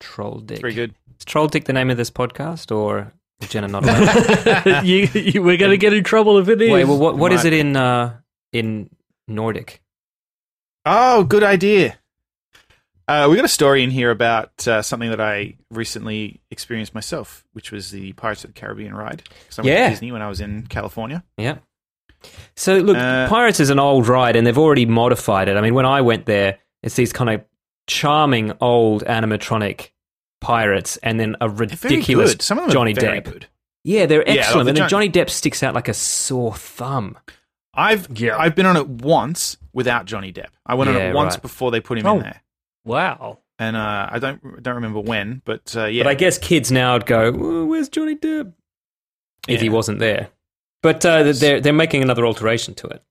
Troll dick.
Very good.
Is Troll dick the name of this podcast or Jenna not allowed?
you, you, we're going to get in trouble if it is.
Wait, well, what, what is
Might-
it in, uh, in Nordic?
Oh, good idea. Uh, we got a story in here about uh, something that I recently experienced myself, which was the Pirates of the Caribbean ride. 'Cause I went
Yeah.
to Disney when I was in California.
Yeah. So look,
Uh,
Pirates is an old ride, and they've already modified it. I mean, when I went there, it's these kind of charming old animatronic pirates, and then a
Very
ridiculous
good. Some of them
Johnny
are very
Depp.
good.
Yeah, they're
Yeah, I love
excellent,
the
and then
Johnny-
Johnny Depp sticks out like a sore thumb.
I've
Yeah.
I've been on it once without Johnny Depp. I went on
Yeah,
it once
right.
before they put him
Oh.
in there,
wow.
and uh, I don't don't remember when, but uh, yeah,
But I guess kids now would go, "Oh, "Where's Johnny Depp?" If he
Yeah.
wasn't there. But uh, they're they're making another alteration to it.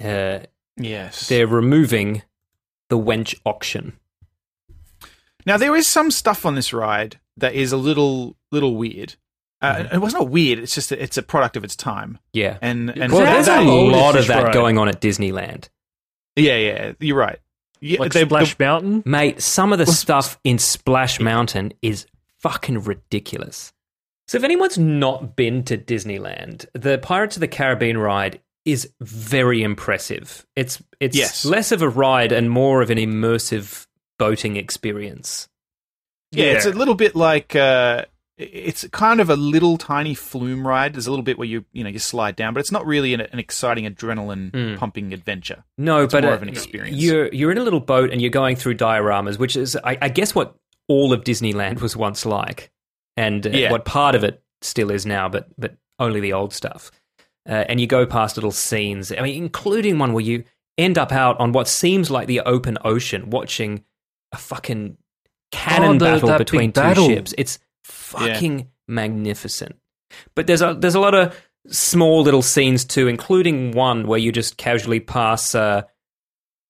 Uh,
yes.
they're removing the wench auction.
Now there is some stuff on this ride that is a little little weird. Uh,
Mm-hmm.
It was not weird. It's just that it's a product of its time,
Yeah.
and and
well,
Exactly.
there's a
How old is
lot
this
of that
ride?
going on at Disneyland.
Yeah, yeah, you're right. Yeah,
Like
they- the-
Splash Mountain?
Mate, some of the stuff in Splash Mountain is fucking ridiculous. So, if anyone's not been to Disneyland, the Pirates of the Caribbean ride is very impressive. It's it's
Yes.
less of a ride and more of an immersive boating experience.
yeah, it's a
Yeah.
little bit like uh, i- it's kind of a little tiny flume ride. There's a little bit where you you know you slide down, but it's not really an, an exciting adrenaline
Hmm.
pumping adventure.
No,
It's
but
more
uh,
of an experience.
You're you're in a little boat and you're going through dioramas, which is, I, I guess, what all of Disneyland was once like, and uh,
Yeah.
what part of it still is now, but but only the old stuff. Uh, and you go past little scenes. I mean, including one where you end up out on what seems like the open ocean, watching a fucking cannon
Oh, the-
battle
that
between
big
two
battle.
ships. It's fucking magnificent. But there's a there's a lot of small little scenes too, including one where you just casually pass uh,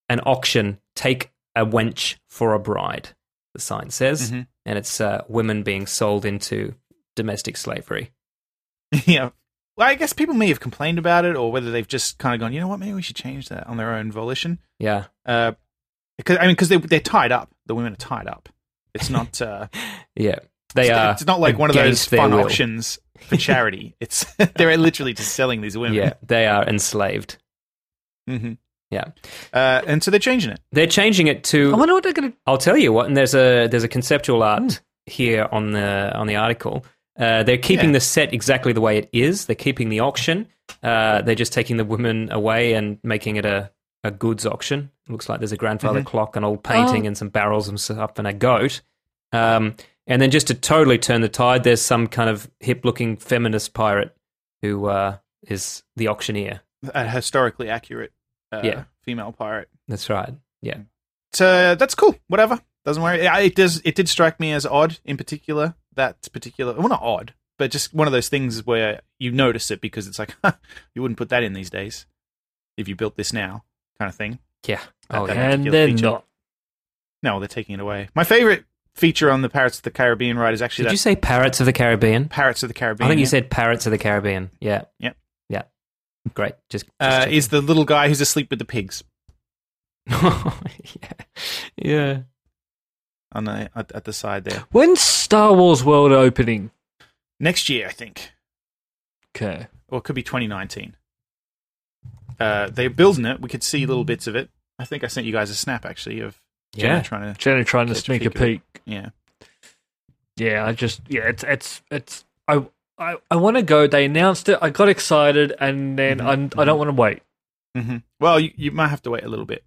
an auction, take a wench for a bride. The sign says,
Mhm.
and it's uh, women being sold into domestic slavery.
yeah. Well, I guess people may have complained about it, or whether they've just kind of gone, you know what, maybe we should change that on their own volition.
Yeah,
Uh, because I mean, because they they're tied up. The women are tied up. It's not. Uh,
yeah, they
it's,
are.
it's not like one of those
against their
fun
will.
options for charity. it's they're literally just selling these women.
Yeah, they are enslaved.
hmm
Yeah,
Uh, and so they're changing it.
they're changing it to.
I wonder what they're going to.
I'll tell you what, and there's a there's a conceptual art here on the on the article. Uh, they're keeping
Yeah.
the set exactly the way it is. They're keeping the auction. Uh, they're just taking the women away and making it a, a goods auction. It looks like there's a grandfather clock, an old painting, and some barrels and stuff, and a goat. Um, and then just to totally turn the tide, there's some kind of hip looking feminist pirate who uh, is the auctioneer.
A historically accurate. Uh,
Yeah.
Female pirate.
That's right. Yeah.
So that's cool. Whatever. Doesn't worry. Yeah, It does. It did strike me as odd, in particular. That particular. Well, not odd, but just one of those things where you notice it because it's like you wouldn't put that in these days if you built this now, kind of thing.
Yeah.
That-
Oh,
that
yeah.
And
particular
they're
feature.
not.
No, they're taking it away. My favorite feature on the Pirates of the Caribbean ride is actually
Did
that
you say Parrots of the Caribbean?
Pirates of the Caribbean.
I think you
yeah,
said Parrots of the Caribbean. Yeah.
Yep.
Yeah. Great. Just, just
uh,
checking.
is the little guy who's asleep with the pigs
yeah. Yeah.
on the at, at the side there.
When's Star Wars World opening?
Next year, I think.
Okay.
or it could be 2019. Uh, they're building it. We could see little
Mm-hmm.
bits of it. I think I sent you guys a snap actually of Jenna
Yeah.
trying to
Jenny trying to
Catch a
sneak
few
a
good-
peek.
yeah.
Yeah, I just yeah, it's it's it's I I, I want to go. They announced it. I got excited, and then I I don't want to wait.
hmm Well, you, you might have to wait a little bit.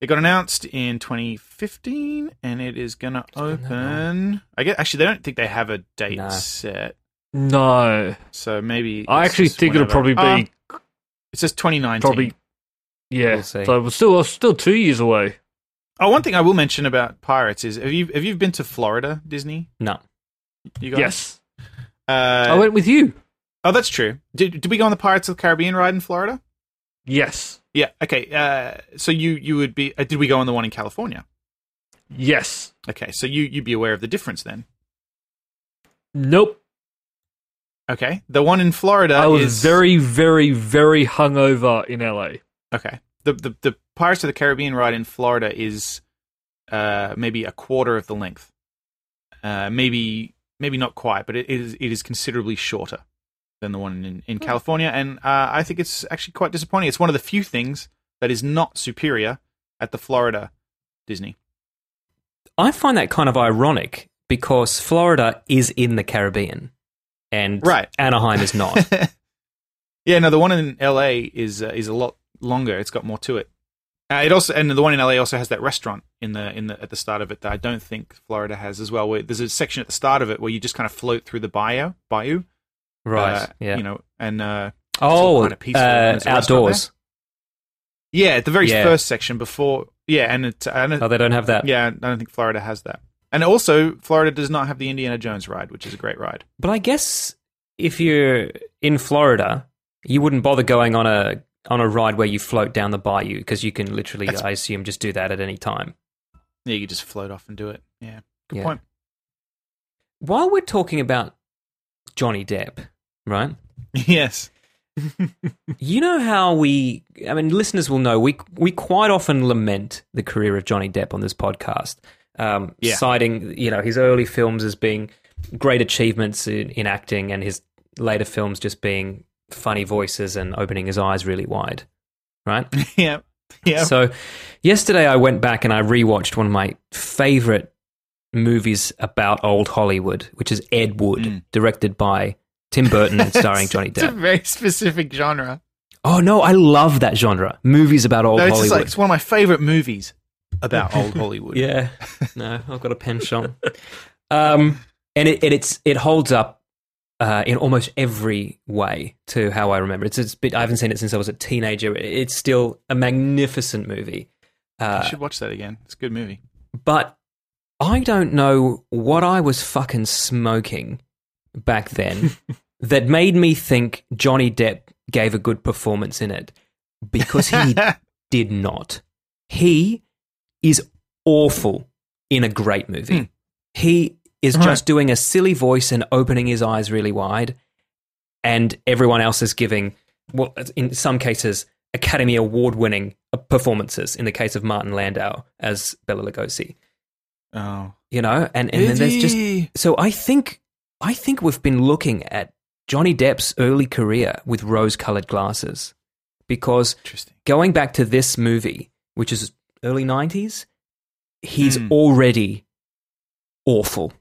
It got announced in 2015, and it is going to
been that
open. I guess actually they don't think they have a date
No.
set,
No,
so maybe
I
it's
actually
just
think it'll
whenever-
probably be
Ah, it says 2019.
probably yeah.
We'll see.
so we're still we're still two years away.
Oh, one thing I will mention about pirates is have you have you been to Florida Disney?
No.
You guys?
Yes, I
Uh,
went with you.
oh, that's true. Did did we go on the Pirates of the Caribbean ride in Florida?
Yes,
Yeah. Okay. Uh, so you you would be. Uh, did we go on the one in California?
yes.
Okay. So you you'd be aware of the difference then.
Nope.
Okay. The one in Florida.
I was
is,
very very very hungover in LA.
okay. The, the the Pirates of the Caribbean ride in Florida is uh, maybe a quarter of the length. Uh, maybe maybe not quite, but it is it is considerably shorter than the one in in California, and uh, I think it's actually quite disappointing. It's one of the few things that is not superior at the Florida Disney.
I find that kind of ironic because Florida is in the Caribbean and
Right.
Anaheim is not.
Yeah, no, the one in LA is uh, is a lot longer. It's got more to it. Uh, it also and the one in LA also has that restaurant in the in the at the start of it that I don't think Florida has as well. Where there's a section at the start of it where you just kind of float through the bayou, bayou,
right.
uh,
yeah.
you know, and uh,
oh,
kind of peaceful.
uh,
There's a restaurant
outdoors.
yeah, at the very
Yeah.
first section before, yeah, and it, and it,
Oh, they don't have that.
yeah, I don't think Florida has that. And also, Florida does not have the Indiana Jones ride, which is a great ride.
But I guess if you're in Florida, you wouldn't bother going on a on a ride where you float down the bayou because you can literally,
That's-
I assume, just do that at any time.
Yeah, you just float off and do it. Yeah, good
Yeah.
point.
While we're talking about Johnny Depp, right?
yes,
You know how we, I mean, listeners will know we we quite often lament the career of Johnny Depp on this podcast, um,
Yeah.
citing you know his early films as being great achievements in, in acting, and his later films just being funny voices and opening his eyes really wide, right?
yeah, yeah.
So yesterday I went back and I rewatched one of my favorite movies about old Hollywood, which is Ed Wood,
Hmm.
directed by Tim Burton and starring Johnny
It's a
Depp.
very specific genre.
Oh no, I love that genre. Movies about old
no, it's just
Hollywood.
like it's one of my favorite movies about old Hollywood.
yeah. No, I've got a penchant. um, and it and it's it holds up uh, in almost every way to how I remember. It's it's bit, I haven't seen it since I was a teenager. It's still a magnificent movie.
I should watch that again. It's a good movie.
but I don't know what I was fucking smoking back then that made me think Johnny Depp gave a good performance in it because he did not. He is awful in a great movie. He is just doing a silly voice and opening his eyes really wide, and everyone else is giving, well, in some cases, Academy Award winning performances, in the case of Martin Landau as Bella Lugosi
Oh,
you know and, and then there's just
Eddie.
so i think i think we've been looking at johnny depp's early career with rose colored glasses because
interesting.
going back to this movie which is early 90s he's
Hmm.
already awful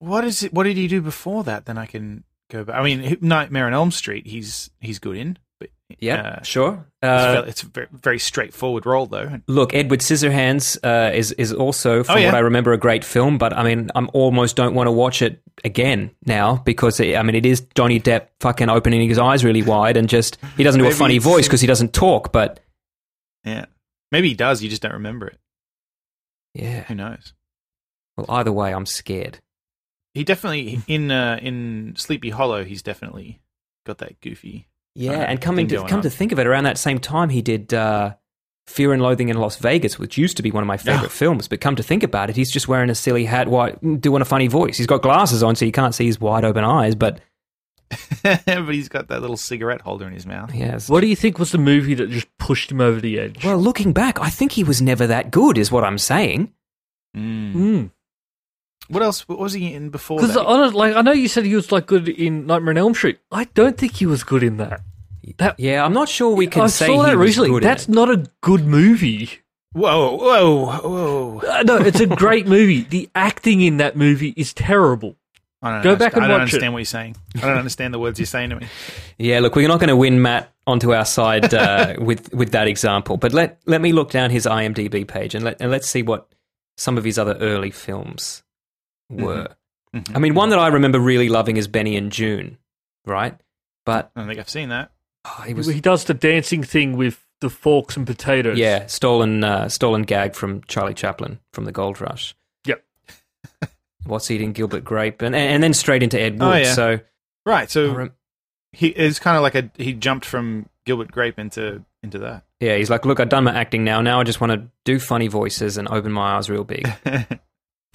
What is it? What did he do before that? Then I can go back. I mean, who- Nightmare on Elm Street. He's he's good in, but
yeah
uh,
sure
it's
uh,
ve- it's a very, very straightforward role though.
look edward scissorhands uh, is, is also from
Oh, yeah.
what i remember a great film but i mean i'm almost don't want to watch it again now because it, i mean it is johnny depp fucking opening his eyes really wide and just he doesn't do a
Maybe
funny
it's-
voice because he doesn't talk but
Yeah, maybe he does. You just don't remember it.
Yeah.
Who knows?
Well, either way, I'm scared.
He definitely in uh, in Sleepy Hollow. He's definitely got that goofy.
Yeah,
Uh,
and coming
thing
to
going
come
on.
to think of it, around that same time, he did uh, Fear and Loathing in Las Vegas, which used to be one of my favorite films. But come to think about it, he's just wearing a silly hat, white, doing a funny voice. He's got glasses on, so you can't see his wide open eyes. But
but he's got that little cigarette holder in his mouth.
yeah, it's-
What do you think was the movie that just pushed him over the edge?
well, looking back, I think he was never that good, is what I'm saying.
Mm.
What else? What was he in before?
Because
that?
honest, like I know you said he was like good in Nightmare on Elm Street. I don't think he was good in that. That
Yeah, I'm not sure we can
I
say
saw
he
that
was
recently.
good in
That's
it.
not a good movie.
Whoa, whoa, whoa!
Uh, no, it's a great movie. The acting in that movie is terrible.
I don't
Go
understand-
back and
I don't
watch it.
understand what you're saying. I don't understand the words you're saying to me.
Yeah, look, we're not going to win Matt onto our side uh, with with that example. But let let me look down his IMDb page and let and let's see what some of his other early films were. I mean, one that I remember really loving is Benny and June, right? But
I don't think I've seen that.
oh, he
He,
was
does the dancing thing with the forks and potatoes.
yeah stolen uh, stolen gag from Charlie Chaplin from the Gold Rush.
Yep.
What's eating Gilbert Grape, and and, and then straight into Ed Wood.
Oh, yeah.
So
Right,
I
so
rem-
he is kind of like a he jumped from Gilbert Grape into into that.
yeah, he's like, look, I've done my acting now. Now I just want to do funny voices and open my eyes real big.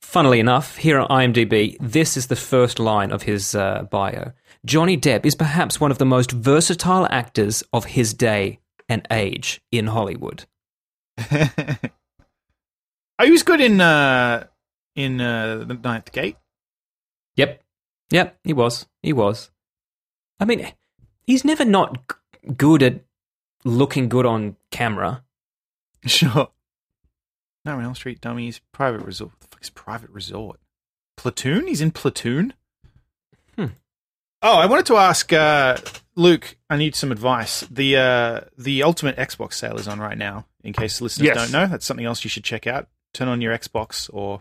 Funnily enough, here on IMDb, this is the first line of his uh, bio. Johnny Depp is perhaps one of the most versatile actors of his day and age in Hollywood.
oh, he was good in uh in uh the Ninth Gate.
Yep. Yep, he was. He was. I mean, he's never not g- good at looking good on camera.
Sure. No, Elm Street Dummies, Private Resort. What the fuck is Private Resort? Platoon? He's in Platoon.
Hmm.
Oh, I wanted to ask uh, Luke. I need some advice. The uh, the Ultimate Xbox sale is on right now. In case listeners
Yes.
don't know, that's something else you should check out. Turn on your Xbox or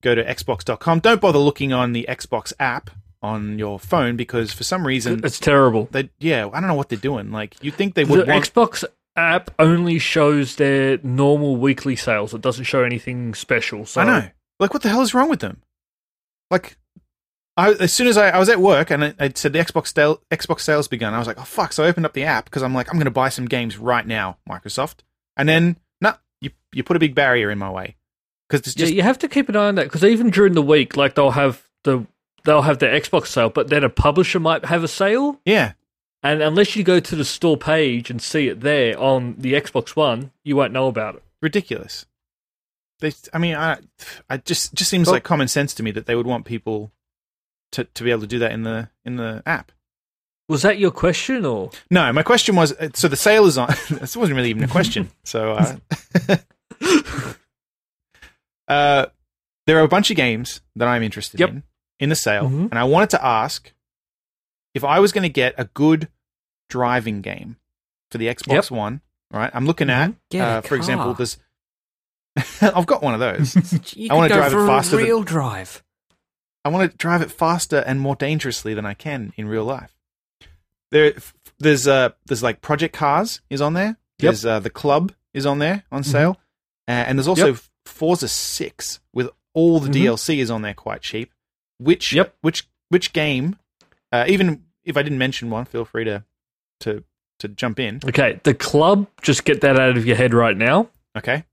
go to xbox.com. Don't bother looking on the Xbox app on your phone because for some reason
It's terrible.
they yeah I don't know what they're doing. Like you think they
The
would want
Xbox app only shows their normal weekly sales. It doesn't show anything special. So
I know. Like, what the hell is wrong with them? Like, I, as soon as I, I was at work and it, it said the Xbox sale, Xbox sales begun, I was like, oh fuck! So I opened up the app because I'm like, I'm going to buy some games right now, Microsoft. And then, no, you you put a big barrier in my way because it's
Yeah,
just
you have to keep an eye on that because even during the week, like they'll have the they'll have their Xbox sale, but then a publisher might have a sale,
yeah.
and unless you go to the store page and see it there on the Xbox One, you won't know about it.
ridiculous. They, I mean, I, I just just seems
Well-
like common sense to me that they would want people to to be able to do that in the in the app.
Was that your question, or
No, my question was uh, so the sale is on. this wasn't really even a question. So, uh, Uh, there are a bunch of games that I'm interested
Yep.
in in the sale,
Mm-hmm.
and I wanted to ask if I was going to get a good driving game for the
Yep.
Xbox One. Right, I'm looking at,
Mm-hmm. Get a
uh, for example,
car.
there's. I've got one of those.
You
I wanna
could go
drive it
for
faster
a
than-
real drive.
I want to drive it faster and more dangerously than I can in real life. There, f- there's uh, there's like Project Cars is on there. There's uh, the Club is on there on sale, uh, and there's also
Mm-hmm. Yep.
F- Forza Six with all the
Mhm.
DLC is on there quite cheap. Which
Yep.
which which game? Uh, even if I didn't mention one, feel free to to to jump in.
Okay, the club. Just get that out of your head right now.
Okay,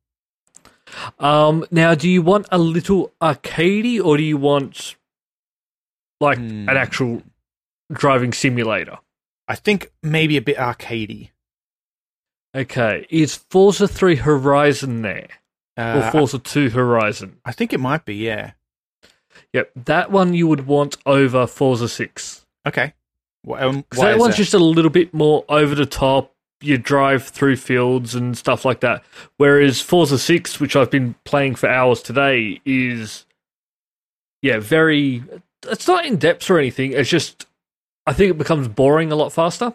Um, now, do you want a little arcadey, or do you want like
Hmm.
an actual driving simulator?
I think maybe a bit arcadey.
Okay, is Forza Three Horizon there or
Uh,
Forza Two Horizon?
I think it might be. Yeah.
Yep, that one you would want over Forza Six.
Okay. Wh- um,
'Cause
why
that
is
one's
that?
just a little bit more over the top. You drive through fields and stuff like that. Whereas Forza 6, which I've been playing for hours today, is, yeah, very. It's not in depth or anything. It's just, I think it becomes boring a lot faster.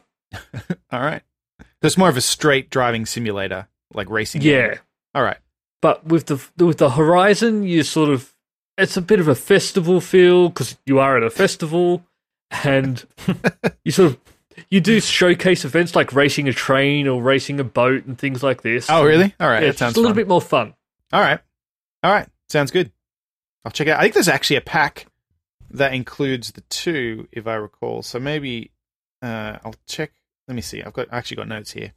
All right. So it's more of a straight driving simulator, like racing. game.
Yeah.
All right.
But with the with the Horizon, you sort of it's a bit of a festival feel because you are at a festival, and you sort of you do showcase events like racing a train or racing a boat and things like this.
Oh, really? All right.
Yeah,
that
it's
sounds
just a little
fun.
bit more fun.
All right. All right. Sounds good. I'll check it out. I think there's actually a pack that includes the two, if I recall. So maybe uh, I'll check. Let me see. I've got I actually got notes here.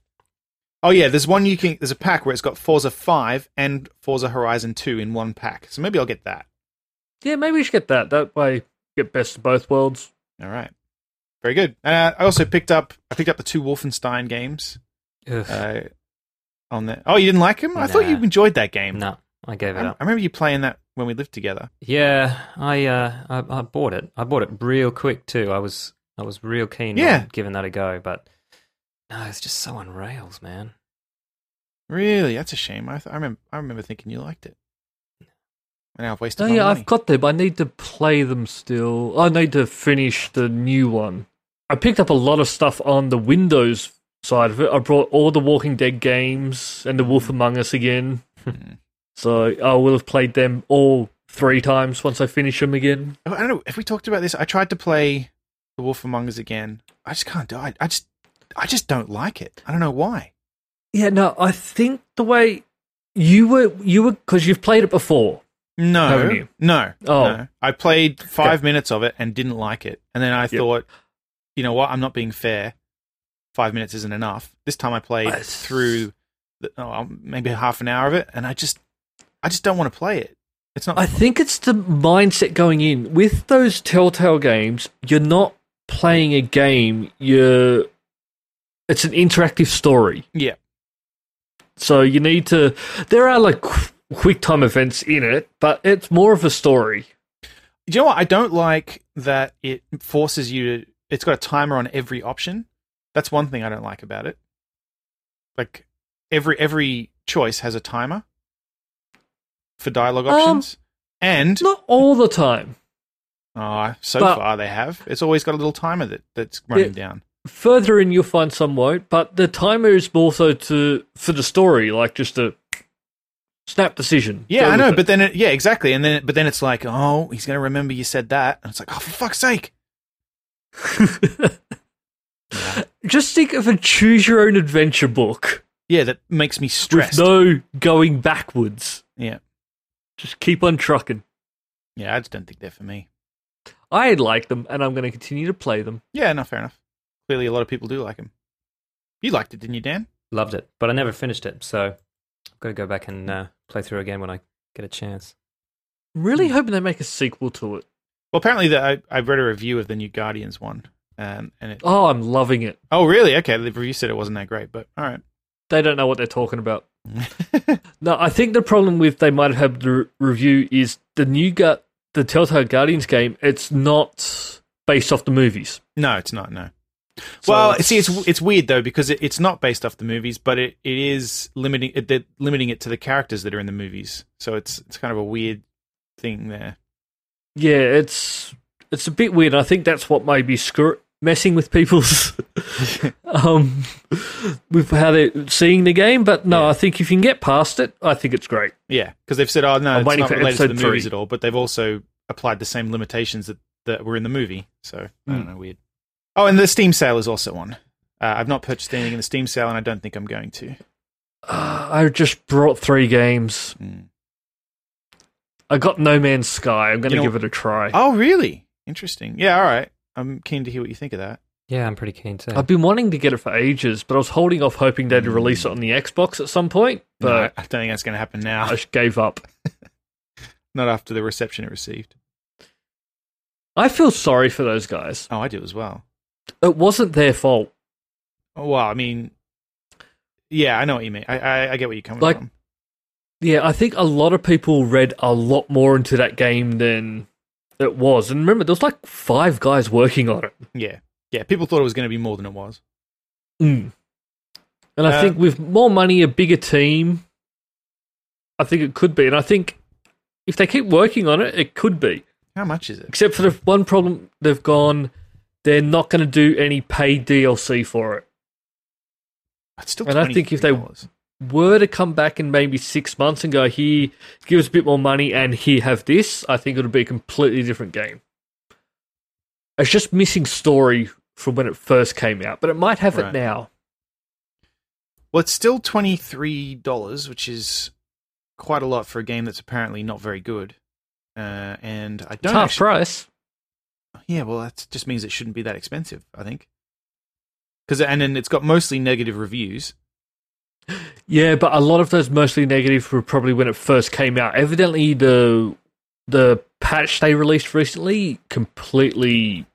Oh yeah, there's one you can. There's a pack where it's got Forza Five and Forza Horizon Two in one pack. So maybe I'll get that.
Yeah, maybe we should get that. That way, you get best of both worlds.
All right. Very good. Uh, I also picked up. I picked up the two Wolfenstein games.
Ugh,
uh, on that. Oh, you didn't like him? I thought you
Nah.
enjoyed that game.
no, I gave
I,
it
I
up.
remember you playing that when we lived together.
Yeah, I, uh, I I bought it. I bought it real quick too. I was I was real keen
Yeah.
on giving that a go, but no, it's just so on rails, man.
Really? That's a shame. I, th- I remember. I remember thinking you liked it. And now I've
No,
wasted. my
Oh, yeah,
money.
I've got them. I need to play them still. I need to finish the new one. I picked up a lot of stuff on the Windows side of it. I brought all the Walking Dead games and the Wolf Among Us again.
Hmm.
so I will have played them all three times once I finish them again.
Oh, I don't know. Have we talked about this? I tried to play The Wolf Among Us again. I just can't do it. I just, I just don't like it. I don't know why.
Yeah, no, I think the way you were, you were, because you've played it before.
No,
Haven't you?
no.
Oh.
no. I played five minutes of it and didn't like it, and then I thought, you know what? I'm not being fair. Five minutes isn't enough. This time I played
I s-
through the, oh, maybe half an hour of it, and I just, I just don't want to play it. It's not.
I think it's the mindset going in with those Telltale games. You're not playing a game. You're it's an interactive story.
yeah,
So you need to. There are like qu- quick time events in it, but it's more of a story.
Do you know what? I don't like that it forces you to. It's got a timer on every option. That's one thing I don't like about it. Like every every choice has a timer for dialogue
Um,
options, and
Not all the time.
Oh, so
But-
far they have. It's always got a little timer that, that's running
Yeah.
down.
Further in, you'll find some won't, but the timer is more so to for the story, like just a snap decision.
Yeah,
Go
I
with
know,
it.
but then it, yeah, exactly. And then but then it's like, oh, he's gonna remember you said that, and it's like, oh, for fuck's sake!
just think of a choose your own adventure book
Yeah, that makes me
with
stressed.
no going backwards.
yeah,
Just keep on trucking.
yeah, I just don't think they're for me.
I like them, and I'm going to continue to play them.
Yeah, no, fair enough. Clearly, a lot of people do like him. You liked it, didn't you, Dan?
Loved it, but I never finished it, so I've got to go back and uh, play through again when I get a chance.
I'm
Hmm.
really hoping they make a sequel to it.
Well, apparently, the, I I read a review of the new Guardians one, um, and it.
Oh, I'm loving it.
Oh, really? Okay, the review said it wasn't that great, but all right.
They don't know what they're talking about. no, I think the problem with they might have had the re- review is the new gut, the Telltale Guardians game. It's not based off the movies.
No, it's not. No.
So
well, see, it's it's weird though because it, it's not based off the movies, but it, it is limiting it they're limiting it to the characters that are in the movies. So it's it's kind of a weird thing there.
yeah, it's it's a bit weird. I think that's what may be screw- messing with people's um with how they're seeing the game. But no, I think if you can get past it, I think it's great.
Yeah, because they've said, oh no,
I'm
it's
waiting
not
for
related to the
episode
movies
three.
at all, but they've also applied the same limitations that that were in the movie. So I
Hmm.
don't know, weird. Oh, and the Steam sale is also on. Uh, I've not purchased anything in the Steam sale, and I don't think I'm going to.
Ah, I just brought three games.
Mm.
I got No Man's Sky. I'm going to
You know-
give it a try.
Oh, really? Interesting. Yeah, all right. I'm keen to hear what you think of that.
Yeah, I'm pretty keen to.
I've been wanting to get it for ages, but I was holding off hoping
Mm.
they'd release it on the Xbox at some point,
No,
but
I don't think that's going to happen
I
now.
just gave up.
Not after the reception it received.
I feel sorry for those guys.
Oh, I do as well.
It wasn't their fault.
Oh, well, I mean, yeah, I know what you mean. I, I, I get what you're coming
Like-
from.
Yeah, I think a lot of people read a lot more into that game than it was. And remember, there was like five guys working on it.
Yeah, yeah. People thought it was going to be more than it was.
Mm. And I
Uh,
think with more money, a bigger team, I think it could be. And I think if they keep working on it, it could be.
How much is it?
Except for the one problem, they've gone, they're not going to do any paid DLC for it.
It's still.
And I think if they-
$23.
Were to come back in maybe six months and go, here, give us a bit more money and here, have this, I think it'll be a completely different game. It's just missing story from when it first came out, but it might have
Right.
it now.
well, it's still twenty three dollars, which is quite a lot for a game that's apparently not very good. Uh, and I don't.
It's half
actually-
price.
yeah, well, that just means it shouldn't be that expensive. I think. Because and then it's got mostly negative reviews.
Yeah, but a lot of those mostly negative were probably when it first came out. Evidently, the the patch they released recently completely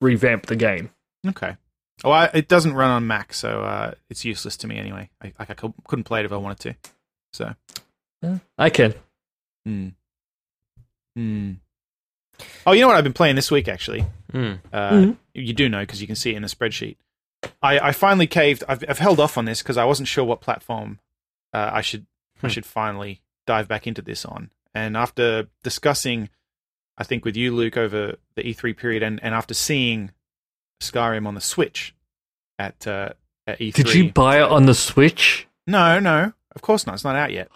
revamped the game.
Okay. Oh, I, it doesn't run on Mac, so uh, it's useless to me anyway. I, I cou- couldn't play it if I wanted to. So.
I can.
Hmm. Hmm. Oh, you know what I've been playing this week actually.
Mm.
Uh,
Mhm.
You do know because you can see it in the spreadsheet. I, I finally caved. I've, I've held off on this because I wasn't sure what platform uh, I should
Hmm.
I should finally dive back into this on. And after discussing, I think with you, Luke, over the E3 period, and, and after seeing Skyrim on the Switch at uh, at E3,
Did you buy it on the Switch?
no, no, of course not. It's not out yet.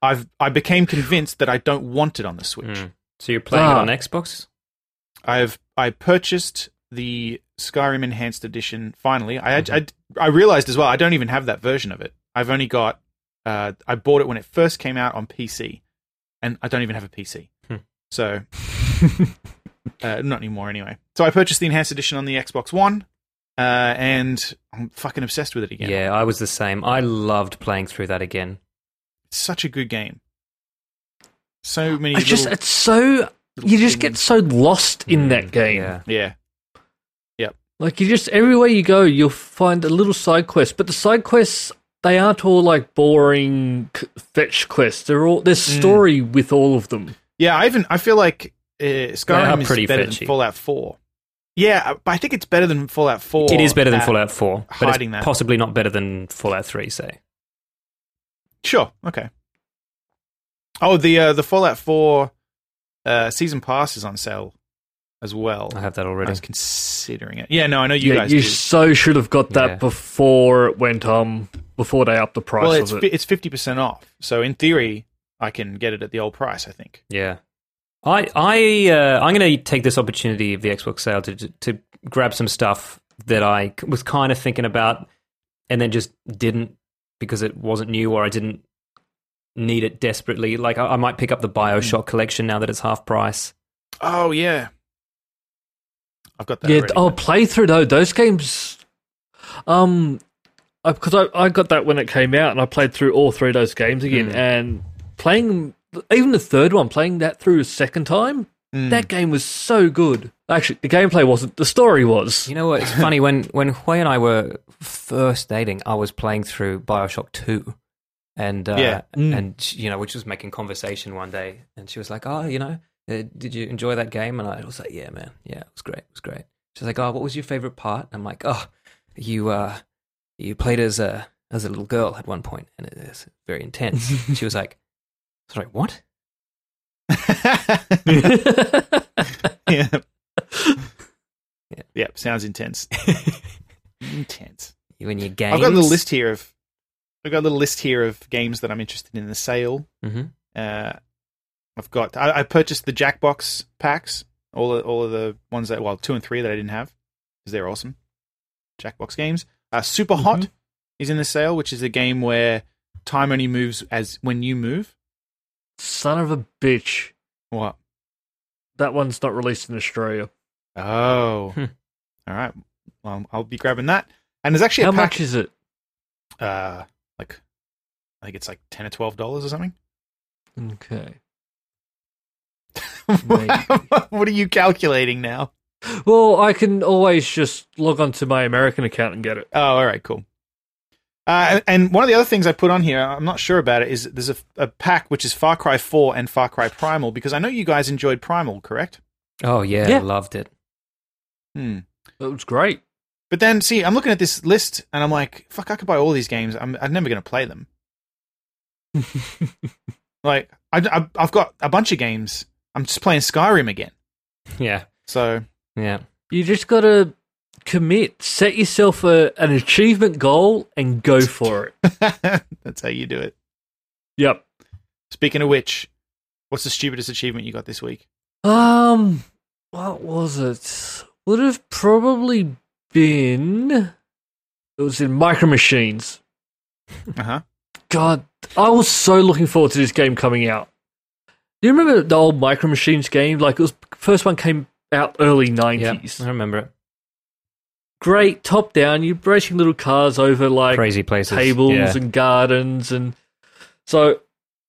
I've I became convinced that I don't want it on the Switch.
Hmm.
Mm. So you're playing
Ah.
it on Xbox?
I've I purchased the Skyrim Enhanced Edition. Finally, I
Mm-hmm.
I, I realized as well I don't even have that version of it. I've only got uh, I bought it when it first came out on PC, and I don't even have a PC.
Hmm.
So uh, not anymore anyway. So I purchased the Enhanced Edition on the Xbox One, uh, and I'm fucking obsessed with it
Yeah.
again.
I was the same. I loved playing through that again.
It's such a good game. So many.
It's just
little- Mm,
it's so you just get so lost in that game.
Hmm, Yeah.
yeah.
Like you just everywhere you go, you'll find a little side quest, but the side quests they aren't all like boring c- fetch quests. They're all there's
Mm.
story with all of them.
Yeah, I even I feel like uh, Skyrim
are
is
pretty
better
fetchy.
than Fallout Four. Yeah, uh, but I think it's better than Fallout Four.
It is better than
at-
Fallout 4, but
hiding
it's
that.
possibly not better than Fallout 3, say.
Sure. Okay. Oh, the uh, the Fallout Four uh, season pass is on sale as well.
I have that
I
already.
was considering it. Yeah, no, I know you
yeah,
guys.
you
do.
so should have got that
Yeah.
before it went um before they upped the price
well, it's
of
fi-
it.
it's fifty percent off. So in theory, I can get it at the old price. I think.
Yeah. I I uh, I'm going to take this opportunity of the Xbox sale to to grab some stuff that I c- was kind of thinking about and then just didn't because it wasn't new or I didn't need it desperately. Like I, I might pick up the BioShock collection now that it's half price.
Oh yeah. I've got that.
Yeah,
already,
oh,
but-
playthrough though those games. Um, because I, I got that when it came out, and I played through all three of those games
Hmm.
again, and playing even the third one, playing that through a second time,
Hmm.
that game was so good. Actually, the gameplay wasn't; the story was.
You know what? It's funny when when Hui and I were first dating, I was playing through BioShock Two, and uh,
Yeah. Mm.
and she- you know, we was just making conversation one day, and she was like, "Oh, you know, uh, did you enjoy that game?" And I was like, "Yeah, man, yeah, it was great, it was great." She's like, "Oh, what was your favorite part?" I'm like, "Oh, you uh, you played as a as a little girl at one point, and it is very intense." she was like, "Sorry, what?"
yeah.
Yeah.
yeah, sounds intense. intense.
When you games,
I've got a little list here of I've got a little list here of games that I'm interested in the sale.
hmm
Uh, I've got I, I purchased the Jackbox packs, all of, all of the ones that well two and three that I didn't have because they're awesome. Jackbox games. Uh, Super Hot is in the sale, which is a game where time only moves as when you move.
Son of a bitch.
What?
That one's not released in Australia.
Oh,
Hmm.
all right. Well, I'll be grabbing that. And there's actually
How
a pack,
much is it?
uh, like I think it's like ten or twelve dollars or something.
Okay.
what are you calculating now?
Well, I can always just log on to my American account and get it.
Oh, all right, cool. Uh, and one of the other things I put on here, I'm not sure about it, is there's a, a pack which is Far Cry 4 and Far Cry Primal because I know you guys enjoyed Primal, correct?
Oh yeah,
Yeah.
loved it.
Hmm.
It was great.
But then, see, I'm looking at this list and I'm like, fuck, I could buy all these games. I'm, I'm never going to play them. like, I, I, I've got a bunch of games. I'm just playing Skyrim again.
Yeah,
So,
yeah,
You just gotta commit, set yourself a, an achievement goal, and go for it.
that's how you do it.
Yep.
Speaking of which, what's the stupidest achievement you got this week?
Um, what was it? Would have probably been. It was in Micro Machines.
Uh huh.
God, I was so looking forward to this game coming out. Do you remember the old Micro Machines game? Like it was first one came out early
yeah.
nineties.
I remember it.
Great top down. You're racing little cars over like
Crazy places,
tables
Yeah.
and gardens and so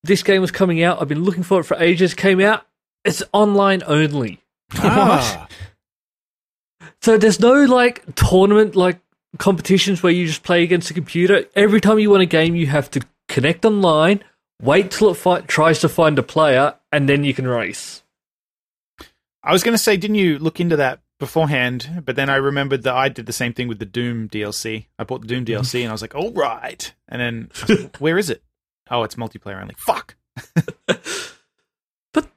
this game was coming out. I've been looking for it for ages. Came out. It's online only.
Ah.
So there's no like tournament like competitions where you just play against a computer. Every time you win a game, you have to connect online, wait till it fi- tries to find a player, and then you can race.
I was going to say, didn't you look into that beforehand? But then I remembered that I did the same thing with the Doom DLC. I bought the Doom DLC and I was like, all right. And then, I was like, where is it? Oh, it's multiplayer only. Fuck.
But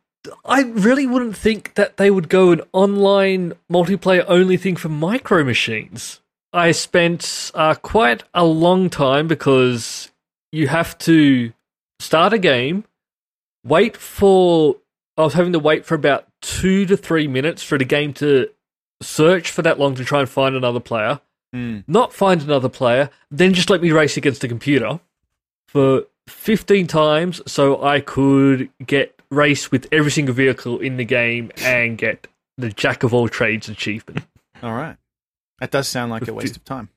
I really wouldn't think that they would go an online multiplayer only thing for micro machines. I spent uh, quite a long time because you have to start a game, wait for. I was having to wait for about two to three minutes for the game to search for that long to try and find another player,
Hmm.
not find another player, then just let me race against the computer for 15 times so I could get race with every single vehicle in the game and get the jack of all trades achievement.
All right. That does sound like a waste of time.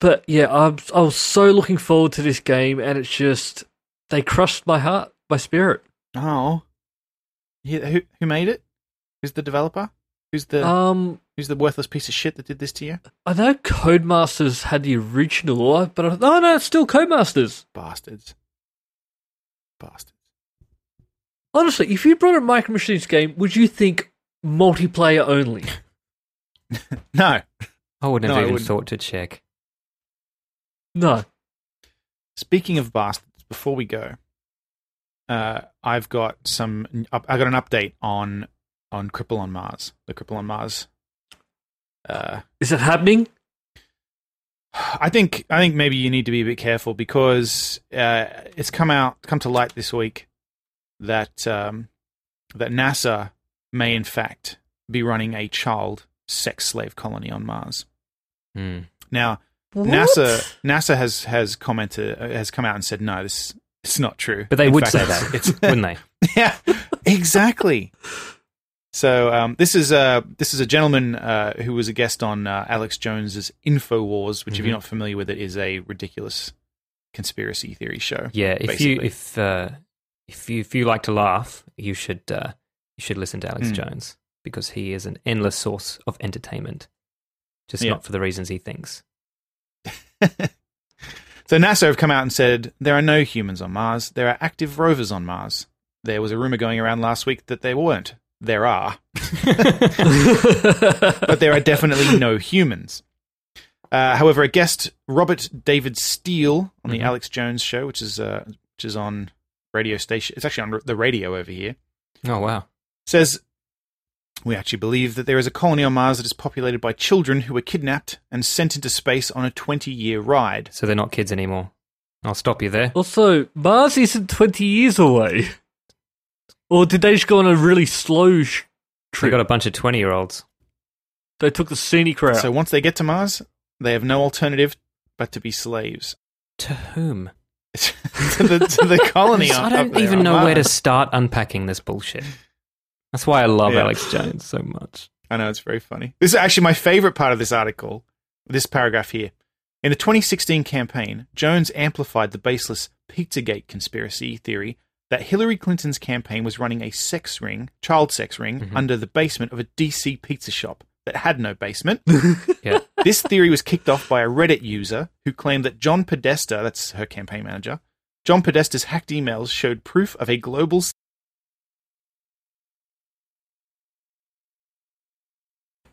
But yeah, I'm, I was so looking forward to this game, and it's just they crushed my heart, my spirit.
Oh. Yeah, who, who made it? Who's the developer? Who's the
Um,
who's the worthless piece of shit that did this to you?
I know Codemasters had the original, but I thought, oh no, it's still Codemasters.
Bastards. Bastards.
Honestly, if you brought a Micro Machines game, would you think multiplayer only?
No.
I wouldn't have
No, I
even
wouldn't.
thought to check.
No.
Speaking of bastards, before we go, uh, I've got some. up- I got an update on on Cripple on Mars. The Cripple on Mars. Uh,
Is it happening?
I think I think maybe you need to be a bit careful because uh, it's come out come to light this week that um, that NASA may in fact be running a child sex slave colony on Mars.
Hmm.
Now, NASA NASA has has commented uh, has come out and said no, this it's not true.
But they
In
would
fact,
say
it's-
that,
it's-
wouldn't they?
yeah, exactly. So um, this is a this is a gentleman uh, who was a guest on uh, Alex Jones's Infowars, which, if
Mm-hmm.
you're not familiar with it, is a ridiculous conspiracy theory show.
Yeah, if you
basically.
if uh, if you if you like to laugh, you should uh, you should listen to Alex
Mm.
Jones because he is an endless source of entertainment, just
Yeah.
not for the reasons he thinks.
so NASA have come out and said there are no humans on Mars. There are active rovers on Mars. There was a rumor going around last week that there weren't. there are, but there are definitely no humans. Uh, however, a guest, Robert David Steele, on the Alex Jones show, which is uh, which is on radio station, it's actually on the radio over here,
Oh wow.
says we actually believe that there is a colony on Mars that is populated by children who were kidnapped and sent into space on a 20-year ride.
So they're not kids anymore. I'll stop you
Oh,
there.
Also, Mars isn't 20 years away. Or did they just go on a really slow sh-
We
trip?
got a bunch of twenty-year-olds.
they took the scenic route.
So once they get to Mars, they have no alternative but to be slaves.
To whom?
to, the, to the colony.
I
on- up
don't
there
even
on
know where to
Mars.
start unpacking this bullshit. That's why I love
Yeah.
Alex Jones so much.
I know it's very funny. This is actually my favorite part of this article. This paragraph here. In the 2016 campaign, Jones amplified the baseless Pizzagate conspiracy theory that Hillary Clinton's campaign was running a sex ring, child sex ring, under the basement of a DC pizza shop that had no basement.
Yeah.
this theory was kicked off by a Reddit user who claimed that John Podesta, that's her campaign manager, John Podesta's hacked emails showed proof of a global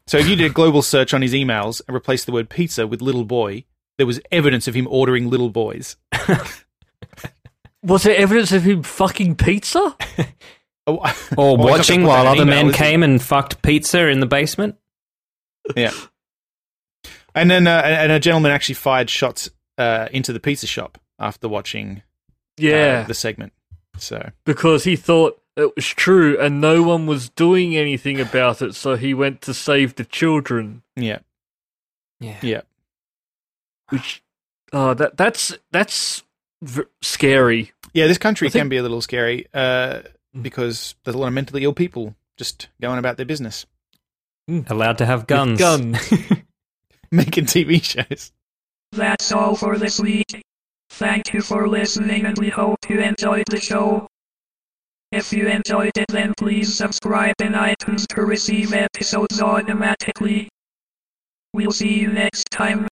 So if you did a global search on his emails and replaced the word pizza with little boy, there was evidence of him ordering little boys.
Was there evidence of him fucking pizza?
Oh,
Or
well, he's not
watching
gonna put
while
that in
other
an
men
email, is he?
came and fucked pizza in the basement.
Yeah. And then uh, and a gentleman actually fired shots uh, into the pizza shop after watching uh,
Yeah,
the segment. So
because he thought it was true and no one was doing anything about it, so he went to save the children.
yeah,
Yeah.
yeah.
Which, oh, that that's that's v- scary.
Yeah, this country
I think-
can be a little scary uh, because there's a lot of mentally ill people just going about their business,
Allowed to have
with
guns.
guns.
making TV shows.
That's all for this week. Thank you for listening and we hope you enjoyed the show. If you enjoyed it then please subscribe in iTunes to receive episodes automatically. We'll see you next time.